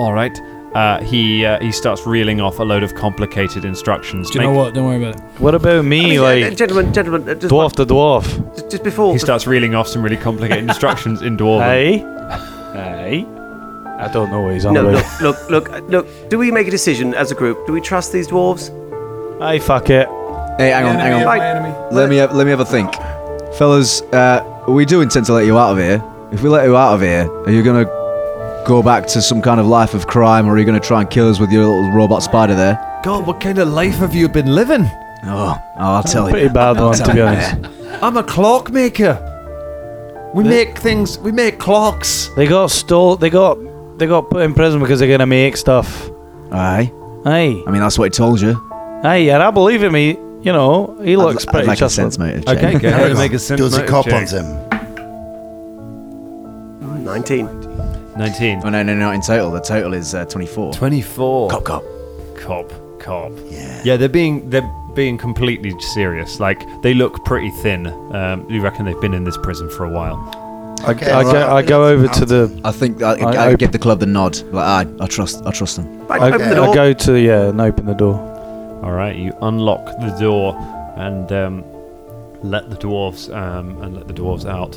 Speaker 4: All right. Uh, he uh, he starts reeling off a load of complicated instructions.
Speaker 2: Do you know what? Don't worry about it.
Speaker 1: What about me?
Speaker 6: I mean, uh,
Speaker 4: like-
Speaker 6: gentlemen, gentlemen, uh, just,
Speaker 1: Dwarf the dwarf.
Speaker 6: just, just before.
Speaker 4: He starts reeling off some really complicated instructions in dwarven.
Speaker 1: Hey, hey. I don't know what he's on
Speaker 6: no,
Speaker 1: about.
Speaker 6: look, look, look, uh, look. Do we make a decision as a group? Do we trust these dwarves?
Speaker 1: Aye, fuck it.
Speaker 7: Hey, hang on, hang on. Let me have, let me have a think, fellas. Uh, we do intend to let you out of here. If we let you out of here, are you gonna go back to some kind of life of crime, or are you gonna try and kill us with your little robot spider there?
Speaker 10: God, what kind of life have you been living?
Speaker 7: Oh, oh I'll tell you.
Speaker 1: Pretty bad
Speaker 7: I'll
Speaker 1: one, to
Speaker 7: tell
Speaker 1: be
Speaker 7: you.
Speaker 1: honest.
Speaker 10: I'm a clock maker. We make things. We make clocks.
Speaker 1: They got stole. They got they got put in prison because they're gonna make stuff.
Speaker 7: Aye.
Speaker 1: Aye.
Speaker 7: I mean, that's what he told you.
Speaker 1: Aye, and I believe him. He, you know, he looks
Speaker 7: I'd
Speaker 1: pretty
Speaker 7: like a
Speaker 1: just-
Speaker 7: sense motive check.
Speaker 1: Okay, good.
Speaker 5: Does-
Speaker 4: make a sense
Speaker 5: Does he
Speaker 4: motive
Speaker 5: cop on
Speaker 4: check.
Speaker 5: them?
Speaker 6: Nineteen.
Speaker 4: 19.
Speaker 7: Oh no, no, no! In total, the total is uh, twenty-four.
Speaker 10: 24.
Speaker 7: Cop, cop.
Speaker 4: Cop, cop. Yeah. Yeah, they're being they're being completely serious. Like they look pretty thin. Um, you reckon they've been in this prison for a while?
Speaker 1: I, I go, I go over to the.
Speaker 7: I think I,
Speaker 1: I-
Speaker 7: I,
Speaker 1: I-
Speaker 7: give the club the nod. Like, I, I trust, I trust them.
Speaker 1: I, I go to yeah and open the door.
Speaker 4: All right, you unlock the door and um, let the dwarves um, and let the dwarves out.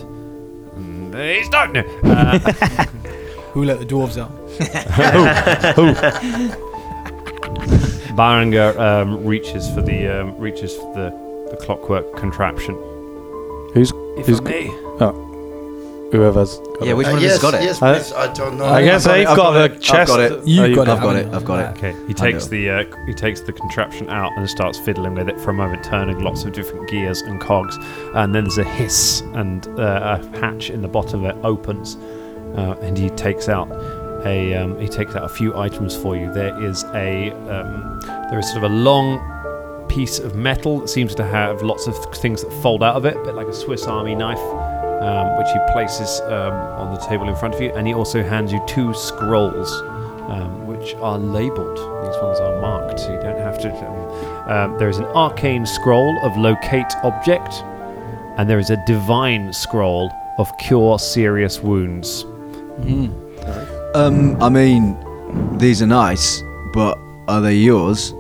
Speaker 4: And They start now. Uh,
Speaker 2: Who let the dwarves out?
Speaker 4: Barringer um, reaches for the um, reaches for the, the clockwork contraption.
Speaker 1: Who's
Speaker 4: If
Speaker 1: who's
Speaker 4: I may.
Speaker 1: Oh, whoever's. Got
Speaker 7: Yeah,
Speaker 1: it.
Speaker 7: which one of
Speaker 5: Uh, yes,
Speaker 7: us got it?
Speaker 5: yes,
Speaker 1: I-
Speaker 5: please. I don't know.
Speaker 1: I guess
Speaker 5: I've got
Speaker 1: I've got,
Speaker 5: it, I've got
Speaker 1: the
Speaker 5: it,
Speaker 1: chest.
Speaker 7: I've got it.
Speaker 1: Oh,
Speaker 7: You've got it. I've
Speaker 1: haven't
Speaker 7: got
Speaker 1: you?
Speaker 7: it. I've got it.
Speaker 4: Okay, he
Speaker 7: I
Speaker 4: takes
Speaker 7: know.
Speaker 4: the uh, c- he takes the contraption out and starts fiddling with it for a moment, turning lots of different gears and cogs, and then there's a hiss and uh, a hatch in the bottom of it opens, uh, and he takes out a um, he takes out a few items for you. There is a um, there is sort of a long piece of metal that seems to have lots of th- things that fold out of it, a bit like a Swiss Army knife. Um, which he places um, on the table in front of you, and he also hands you two scrolls um, which which are labeled. These ones are marked, so you don't have to. Um, there is an arcane scroll of locate object, and there is a divine scroll of cure serious wounds.
Speaker 13: Um, I mean, these are nice, but are they yours?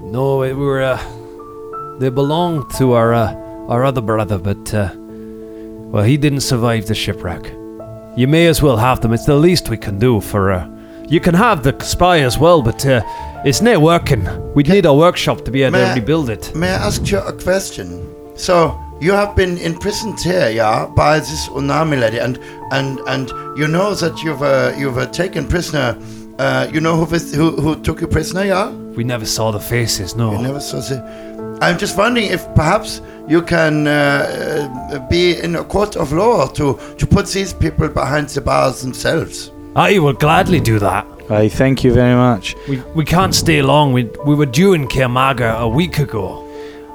Speaker 14: No, it were. Uh, they belonged to our uh, our other brother, but uh, well, he didn't survive the shipwreck. You may as well have them. It's the least we can do for. Uh, you can have the spy as well, but uh, it's not working. We'd need a workshop to be able
Speaker 5: May I-
Speaker 14: to rebuild it.
Speaker 5: May I ask you a question? So you have been imprisoned here, yeah, by this Unami lady, and and and you know that you've uh, you've uh, taken prisoner. Uh, you know who, vis- who who took you prisoner, yeah?
Speaker 14: We never saw the faces. No.
Speaker 1: Oh.
Speaker 5: You never saw the. I'm just wondering if perhaps you can uh, uh, be in a court of law to to put these people behind the bars themselves.
Speaker 14: I will gladly do that.
Speaker 1: Aye, thank you very much.
Speaker 14: We, we can't stay long. We, we were due in Kermaga a week ago.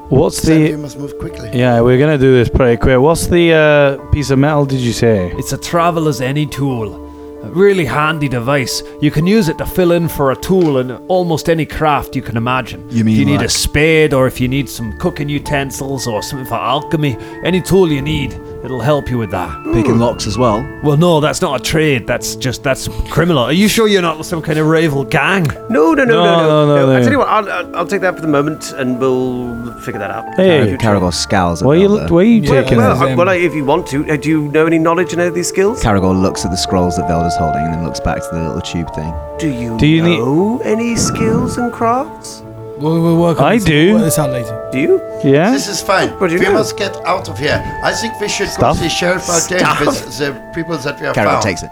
Speaker 1: What's
Speaker 5: Said you
Speaker 1: the?
Speaker 5: must move quickly.
Speaker 1: Yeah, we're gonna do this pretty quick. What's the uh, piece of metal? Did you say?
Speaker 14: It's a traveler's any tool. A really handy device. You can use it to fill in for a tool in almost any craft you can imagine.
Speaker 13: You mean
Speaker 14: if you need a
Speaker 13: like-
Speaker 14: spade or if you need some cooking utensils or something for alchemy, any tool you need, it'll help you with that.
Speaker 13: Picking locks as well.
Speaker 14: Well, no, that's not a trade. That's just that's criminal. Are you sure you're not some kind of rival gang?
Speaker 6: No, no, no, no, no.
Speaker 14: No, no, no,
Speaker 6: I
Speaker 14: no.
Speaker 6: tell you what, I'll, I'll, I'll take that for the moment, and we'll figure that out.
Speaker 13: Hey, Caragor scowls at Where you,
Speaker 1: where you
Speaker 6: Well, well, I- well, I- if you want to, uh, do you know any knowledge in any of these skills?
Speaker 13: Caragor looks at the scrolls that Velda's holding and then looks back to the little tube thing.
Speaker 6: Do you,
Speaker 13: Do you need-
Speaker 6: know any skills and crafts?
Speaker 2: We'll, we'll work on
Speaker 1: I
Speaker 2: this-
Speaker 1: do.
Speaker 2: Work this out later.
Speaker 6: Do you?
Speaker 1: Yeah.
Speaker 5: This is fine.
Speaker 6: What do you
Speaker 5: we
Speaker 6: know?
Speaker 5: must get out of here. I think we should
Speaker 1: Stuff?
Speaker 5: go to the sheriff out
Speaker 1: Stuff?
Speaker 5: there with the people that we have
Speaker 13: Caragor
Speaker 7: Oh.
Speaker 5: found.
Speaker 13: takes it.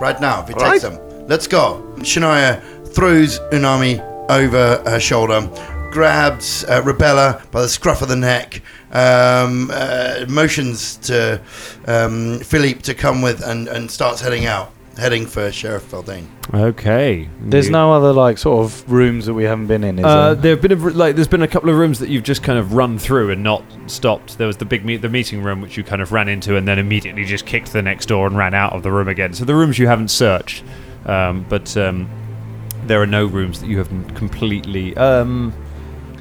Speaker 5: Right now, we
Speaker 6: Alright.
Speaker 5: take them. Let's go. Shania throws Unami over her shoulder, grabs uh, Rebella by the scruff of the neck, um, uh, motions to um, Philippe to come with, and, and starts heading out, heading for Sheriff Feldane.
Speaker 4: Okay.
Speaker 1: There's
Speaker 4: You-
Speaker 1: no other like sort of rooms that we haven't been in, is
Speaker 4: Uh,
Speaker 1: there?
Speaker 4: there've been a, like there's been a couple of rooms that you've just kind of run through and not stopped. There was the big meet the meeting room which you kind of ran into and then immediately just kicked the next door and ran out of the room again. So the rooms you haven't searched, um, but um, there are no rooms that you haven't completely. Um,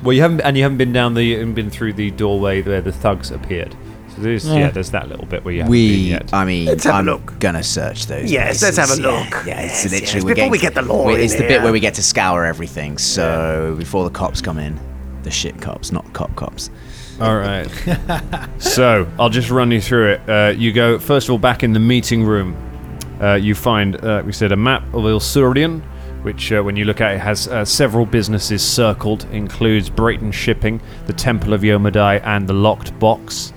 Speaker 4: well, you haven't and you haven't been down the you haven't been through the doorway where the thugs appeared. So there's yeah,
Speaker 13: Yeah.
Speaker 4: there's that little bit where you haven't been
Speaker 13: We,
Speaker 4: yet.
Speaker 13: I mean,
Speaker 4: Let's have a
Speaker 13: I'm gonna search those.
Speaker 4: Yes,
Speaker 13: places.
Speaker 4: let's have a
Speaker 13: Yeah,
Speaker 4: look.
Speaker 13: Yeah, it's
Speaker 4: Yes,
Speaker 13: literally
Speaker 4: yes,
Speaker 13: we're
Speaker 4: before
Speaker 13: getting
Speaker 4: we get the law
Speaker 13: we-
Speaker 4: in
Speaker 13: It's the bit
Speaker 4: here.
Speaker 13: where we get to scour everything. So before the cops come in, the shit cops, not cop cops.
Speaker 4: All right. so I'll just run you through it. Uh, you go first of all back in the meeting room. Uh, you find uh, we said a map of Ilsurian, which uh, when you look at it has uh, several businesses circled, includes Brayton Shipping, the Temple of Yomadai, and the Locked Box.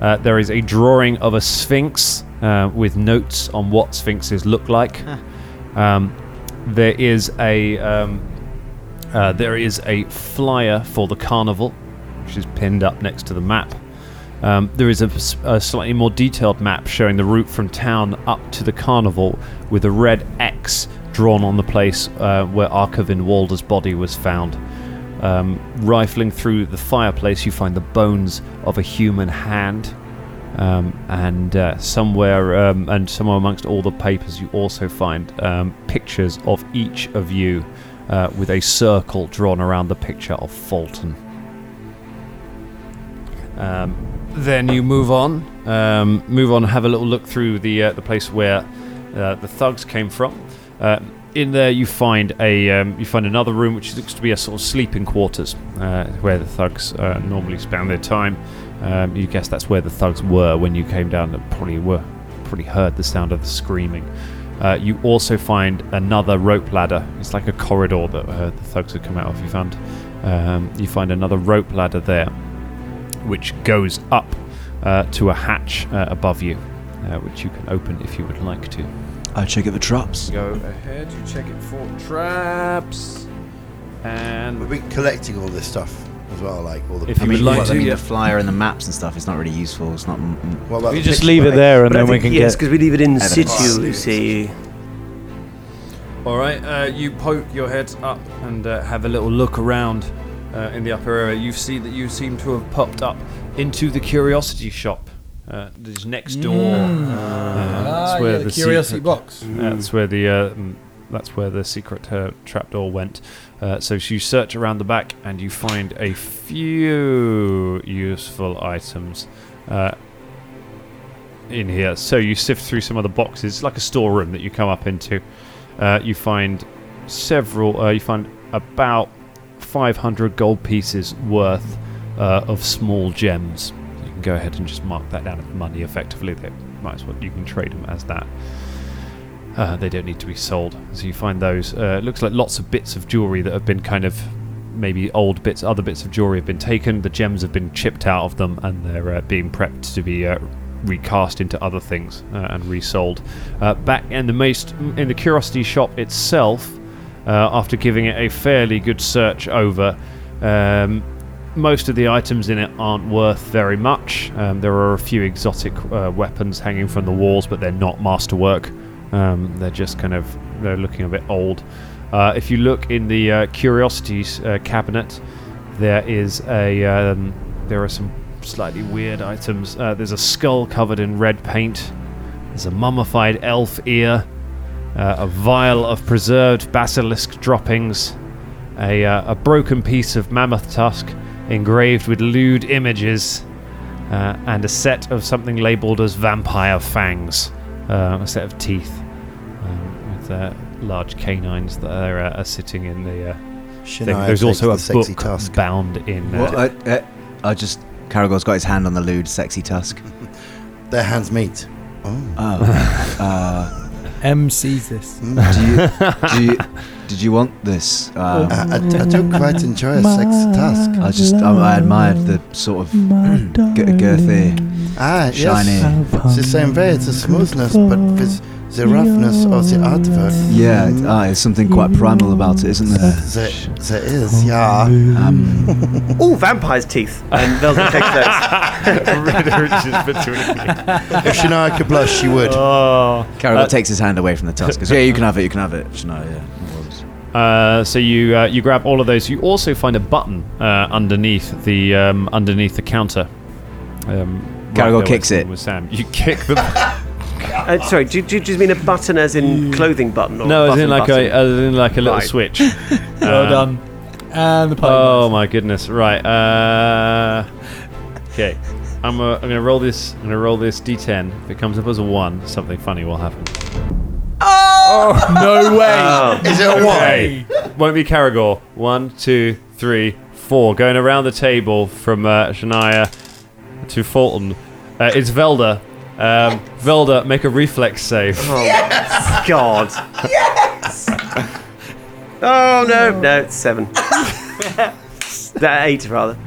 Speaker 4: Uh, there is a drawing of a sphinx uh, with notes on what sphinxes look like. Um, there is a um, uh, there is a flyer for the carnival, which is pinned up next to the map. Um, there is a, s- a slightly more detailed map showing the route from town up to the carnival with a red X drawn on the place uh, where Arkavin Walder's body was found. Um, rifling through the fireplace, you find the bones of a human hand. Um, and uh, somewhere, um, and somewhere amongst all the papers, you also find um, pictures of each of you, uh, with a circle drawn around the picture of Fulton. Um, then you move on, um, move on, have a little look through the uh, the place where uh, the thugs came from. Uh, in there, you find a um, you find another room which looks to be a sort of sleeping quarters uh, where the thugs uh, normally spend their time. Um, you guess that's where the thugs were when you came down. They probably were probably heard the sound of the screaming. Uh, you also find another rope ladder. It's like a corridor that uh, the thugs had come out of. You found um, you find another rope ladder there which goes up uh, to a hatch uh, above you, uh, which you can open if you would like to.
Speaker 13: I check out the traps.
Speaker 4: Go ahead, you check it for traps. And
Speaker 5: we've been collecting all this stuff as well, like all the.
Speaker 13: I mean, what, I mean, the flyer and the maps and stuff. It's not really useful. It's not. mm,
Speaker 5: What about
Speaker 13: mm.
Speaker 5: the picture? Right.
Speaker 6: But I think, yes, because we leave it in
Speaker 13: evidence.
Speaker 6: situ, you see.
Speaker 4: All right, uh, you poke your heads up and uh, have a little look around uh, in the upper area. You see that you seem to have popped up into the curiosity shop. Uh, that is next door.
Speaker 2: Mm.
Speaker 4: Uh,
Speaker 2: Ah, yeah, the curiosity box.
Speaker 4: That's where the uh, mm, That's where the secret uh, trapdoor went. Uh, so you search around the back and you find a few useful items uh, in here. So you sift through some of the boxes, like a storeroom that you come up into. Uh, you find several. Uh, you find about 500 gold pieces worth uh, of small gems. You can go ahead and just mark that down as money. Effectively, they might as well. You can trade them as that. Uh, they don't need to be sold. So you find those. Uh, it looks like lots of bits of jewelry that have been kind of maybe old bits, other bits of jewelry have been taken. The gems have been chipped out of them, and they're uh, being prepped to be uh, recast into other things uh, and resold. Uh, back in the most in the curiosity shop itself, uh, after giving it a fairly good search over. Um, most of the items in it aren't worth very much. Um, there are a few exotic uh, weapons hanging from the walls, but they're not masterwork. Um, they're just kind of they're looking a bit old. Uh, if you look in the uh, curiosities uh, cabinet, there is a um, there are some slightly weird items. Uh, there's a skull covered in red paint. There's a mummified elf ear. Uh, a vial of preserved basilisk droppings a, uh, a broken piece of mammoth tusk engraved with lewd images, uh, and a set of something labeled as vampire fangs, uh, a set of teeth um, with uh, large canines that are, uh, are sitting in the. Uh, thing.
Speaker 5: Shania
Speaker 4: There's also a
Speaker 5: takes the sexy
Speaker 4: book bound in.
Speaker 7: Well,
Speaker 4: Uh,
Speaker 7: I, eh. I, I just. Caragor's got his hand on the lewd, sexy tusk.
Speaker 5: Their hands meet. Oh.
Speaker 7: uh,
Speaker 2: M sees this.
Speaker 5: Mm.
Speaker 7: do you, do you, did you want this? Um,
Speaker 4: Uh,
Speaker 5: I, I do- I do quite enjoy a sexy task.
Speaker 7: I just I, I admired the sort of g- girthy,
Speaker 5: Ah,
Speaker 7: shiny.
Speaker 5: yes. It's the same way. It's the smoothness, but with the roughness of the artwork.
Speaker 7: Yeah, it- ah, there's something quite primal about it, isn't there? Um,
Speaker 5: There, there is, yeah.
Speaker 6: Ooh, vampire's teeth. And Velda takes those.
Speaker 5: If Shania could blush, she would.
Speaker 4: Oh.
Speaker 7: Caragor
Speaker 4: Uh,
Speaker 7: takes his hand away from the tusk. Goes, yeah, you can have it. You can have it. Shania, yeah. no worries."
Speaker 4: Uh, so you uh, you grab all of those. You also find a button uh, underneath the um, underneath the counter. Um,
Speaker 7: Caragor
Speaker 4: there with-
Speaker 7: kicks it.
Speaker 4: with Sam. You kick the.
Speaker 6: Uh, sorry, do, do, do you mean a button as in clothing button? Or
Speaker 4: no, as
Speaker 6: button
Speaker 4: in like
Speaker 6: button?
Speaker 4: a as in like a little
Speaker 6: Right.
Speaker 4: switch.
Speaker 2: Well
Speaker 4: Uh,
Speaker 2: done. And the pilot.
Speaker 4: Oh my goodness! Right. Uh, okay, I'm, uh, I'm gonna roll this. I'm gonna roll this d10. If it comes up as a one, something funny will happen.
Speaker 2: Oh, no way.
Speaker 5: Is it a one?
Speaker 4: Won't be Caragor. One, two, three, four. Going around the table from uh, Shania to Fulton. Uh, it's Velda. Um, Velda, make a reflex save.
Speaker 6: Yes! God. Yes! oh, no. No, it's seven. that eight, rather.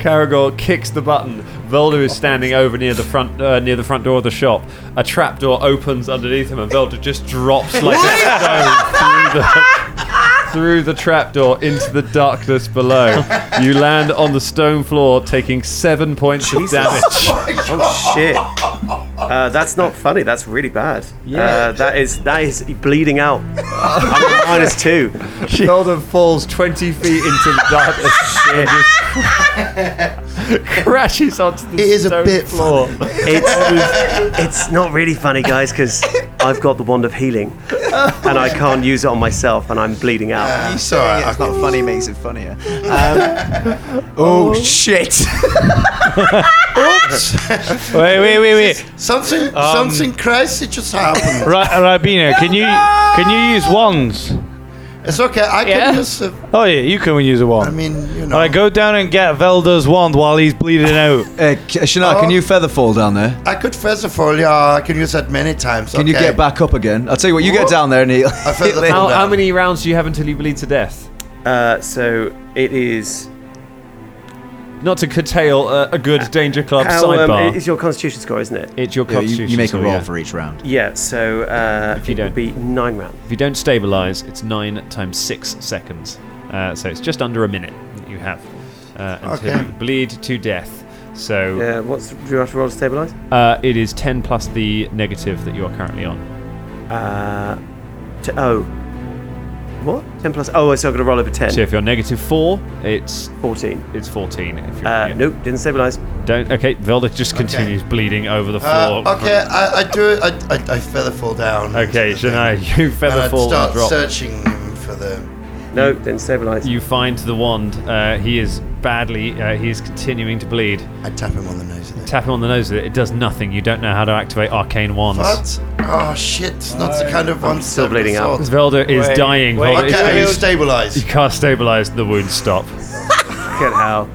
Speaker 4: Caragor kicks the button. Velda is standing over near the front uh, near the front door of the shop. A trap door opens underneath him, and Velda just drops like a stone through the through the trap door into the darkness below. You land on the stone floor, taking seven points of damage.
Speaker 6: Oh shit! Uh, that's not funny. That's really bad.
Speaker 4: Yeah.
Speaker 6: Uh, that is that is bleeding out. I'm at minus two.
Speaker 4: Sheldon falls twenty feet into the darkness. and just crashes onto the
Speaker 5: It is a
Speaker 4: stone
Speaker 5: bit
Speaker 4: floor.
Speaker 6: It's it's not really funny, guys, because I've got the wand of healing, and I can't use it on myself, and I'm bleeding out.
Speaker 5: Sorry,
Speaker 7: it's not funny makes it funnier. Um, oh shit!
Speaker 1: Wait, wait, wait, wait.
Speaker 5: Something,
Speaker 1: Um,
Speaker 5: something crazy just happened.
Speaker 1: Ra- Rabina, can you can you use wands?
Speaker 5: It's okay. I can just. Uh,
Speaker 1: Oh yeah, you can use a wand.
Speaker 5: I mean, you know.
Speaker 1: All right, go down and get Velda's wand while he's bleeding out.
Speaker 7: Uh, Shania, can you feather fall down there?
Speaker 5: I could first of all, yeah, I can use that many times.
Speaker 7: Can you
Speaker 5: okay.
Speaker 7: get back up again? I'll tell you what. You get
Speaker 5: Whoa.
Speaker 7: down there and he'll.
Speaker 5: I felt the
Speaker 4: How,
Speaker 5: fall
Speaker 4: how
Speaker 5: down.
Speaker 4: many rounds do you have until you bleed to death?
Speaker 6: Uh, so it is.
Speaker 4: Not to curtail uh, a good Danger Club
Speaker 6: How, um,
Speaker 4: sidebar.
Speaker 6: it's your Constitution score, isn't it?
Speaker 4: It's your
Speaker 7: Yeah, you,
Speaker 4: constitution.
Speaker 7: you make a
Speaker 4: so
Speaker 7: roll
Speaker 4: yeah.
Speaker 7: for each round.
Speaker 6: Yeah. So uh,
Speaker 4: If you
Speaker 6: it
Speaker 4: don't-
Speaker 6: would be nine rounds.
Speaker 4: If you don't stabilize, it's nine times six seconds. Uh, so it's just under a minute that you have uh, until
Speaker 6: Okay.
Speaker 4: you bleed to death. So
Speaker 6: Yeah. Uh, What's do you have to roll to stabilize?
Speaker 4: uh, it is 10 plus the negative that you are currently on.
Speaker 6: Uh, to, oh, Uh, What? 10 plus. Oh, so I've got to roll over 10.
Speaker 4: So if you're negative four, it's
Speaker 6: fourteen.
Speaker 4: It's fourteen. If you're,
Speaker 6: uh, Nope, didn't stabilize.
Speaker 4: Don't. Okay, Velda just continues bleeding over the
Speaker 5: Uh,
Speaker 4: floor.
Speaker 5: okay, I, I do it. I, I, I feather fall down.
Speaker 4: Okay, Shania, you
Speaker 5: and
Speaker 6: Uh,
Speaker 4: feather
Speaker 5: I'd
Speaker 4: fall and
Speaker 5: start
Speaker 4: drop.
Speaker 5: searching him for the.
Speaker 6: No, then stabilize.
Speaker 4: You find the wand. Uh, he is badly. Uh, he is continuing to bleed.
Speaker 5: I tap him on the nose. With
Speaker 4: it. Tap him on the nose with it. It does nothing. You don't know how to activate arcane wands.
Speaker 5: What? Oh shit! It's not the kind of one.
Speaker 4: still
Speaker 5: bleeding out.
Speaker 4: Velda is
Speaker 5: Wait,
Speaker 4: dying.
Speaker 5: wait,
Speaker 4: Velda
Speaker 5: I
Speaker 4: is-
Speaker 5: can't
Speaker 4: is-
Speaker 5: stabilise.
Speaker 4: You can't stabilize. The wounds stop.
Speaker 6: Good hell.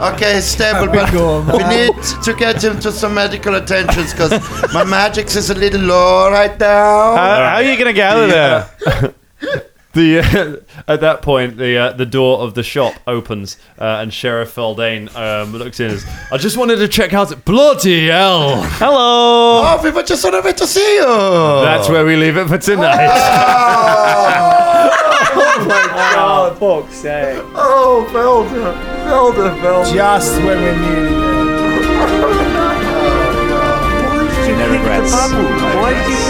Speaker 5: Okay, stable,
Speaker 6: we
Speaker 5: but
Speaker 6: go,
Speaker 5: we
Speaker 6: man.
Speaker 5: need to get him to some medical attention because my magics is a little low right now.
Speaker 4: Uh,
Speaker 5: Yeah.
Speaker 4: the uh, at that point the uh, the door of the shop opens uh, and Sheriff Feldane um, looks in. As, I just wanted to check out. Bloody hell! Hello.
Speaker 5: Oh, we were just on our way to see you.
Speaker 4: That's where we leave it for tonight.
Speaker 6: oh my god. Fuck's sake. Oh, Velda. Velda, Velda.
Speaker 2: Just when we needed
Speaker 6: Why did you pick the bubble? Why did you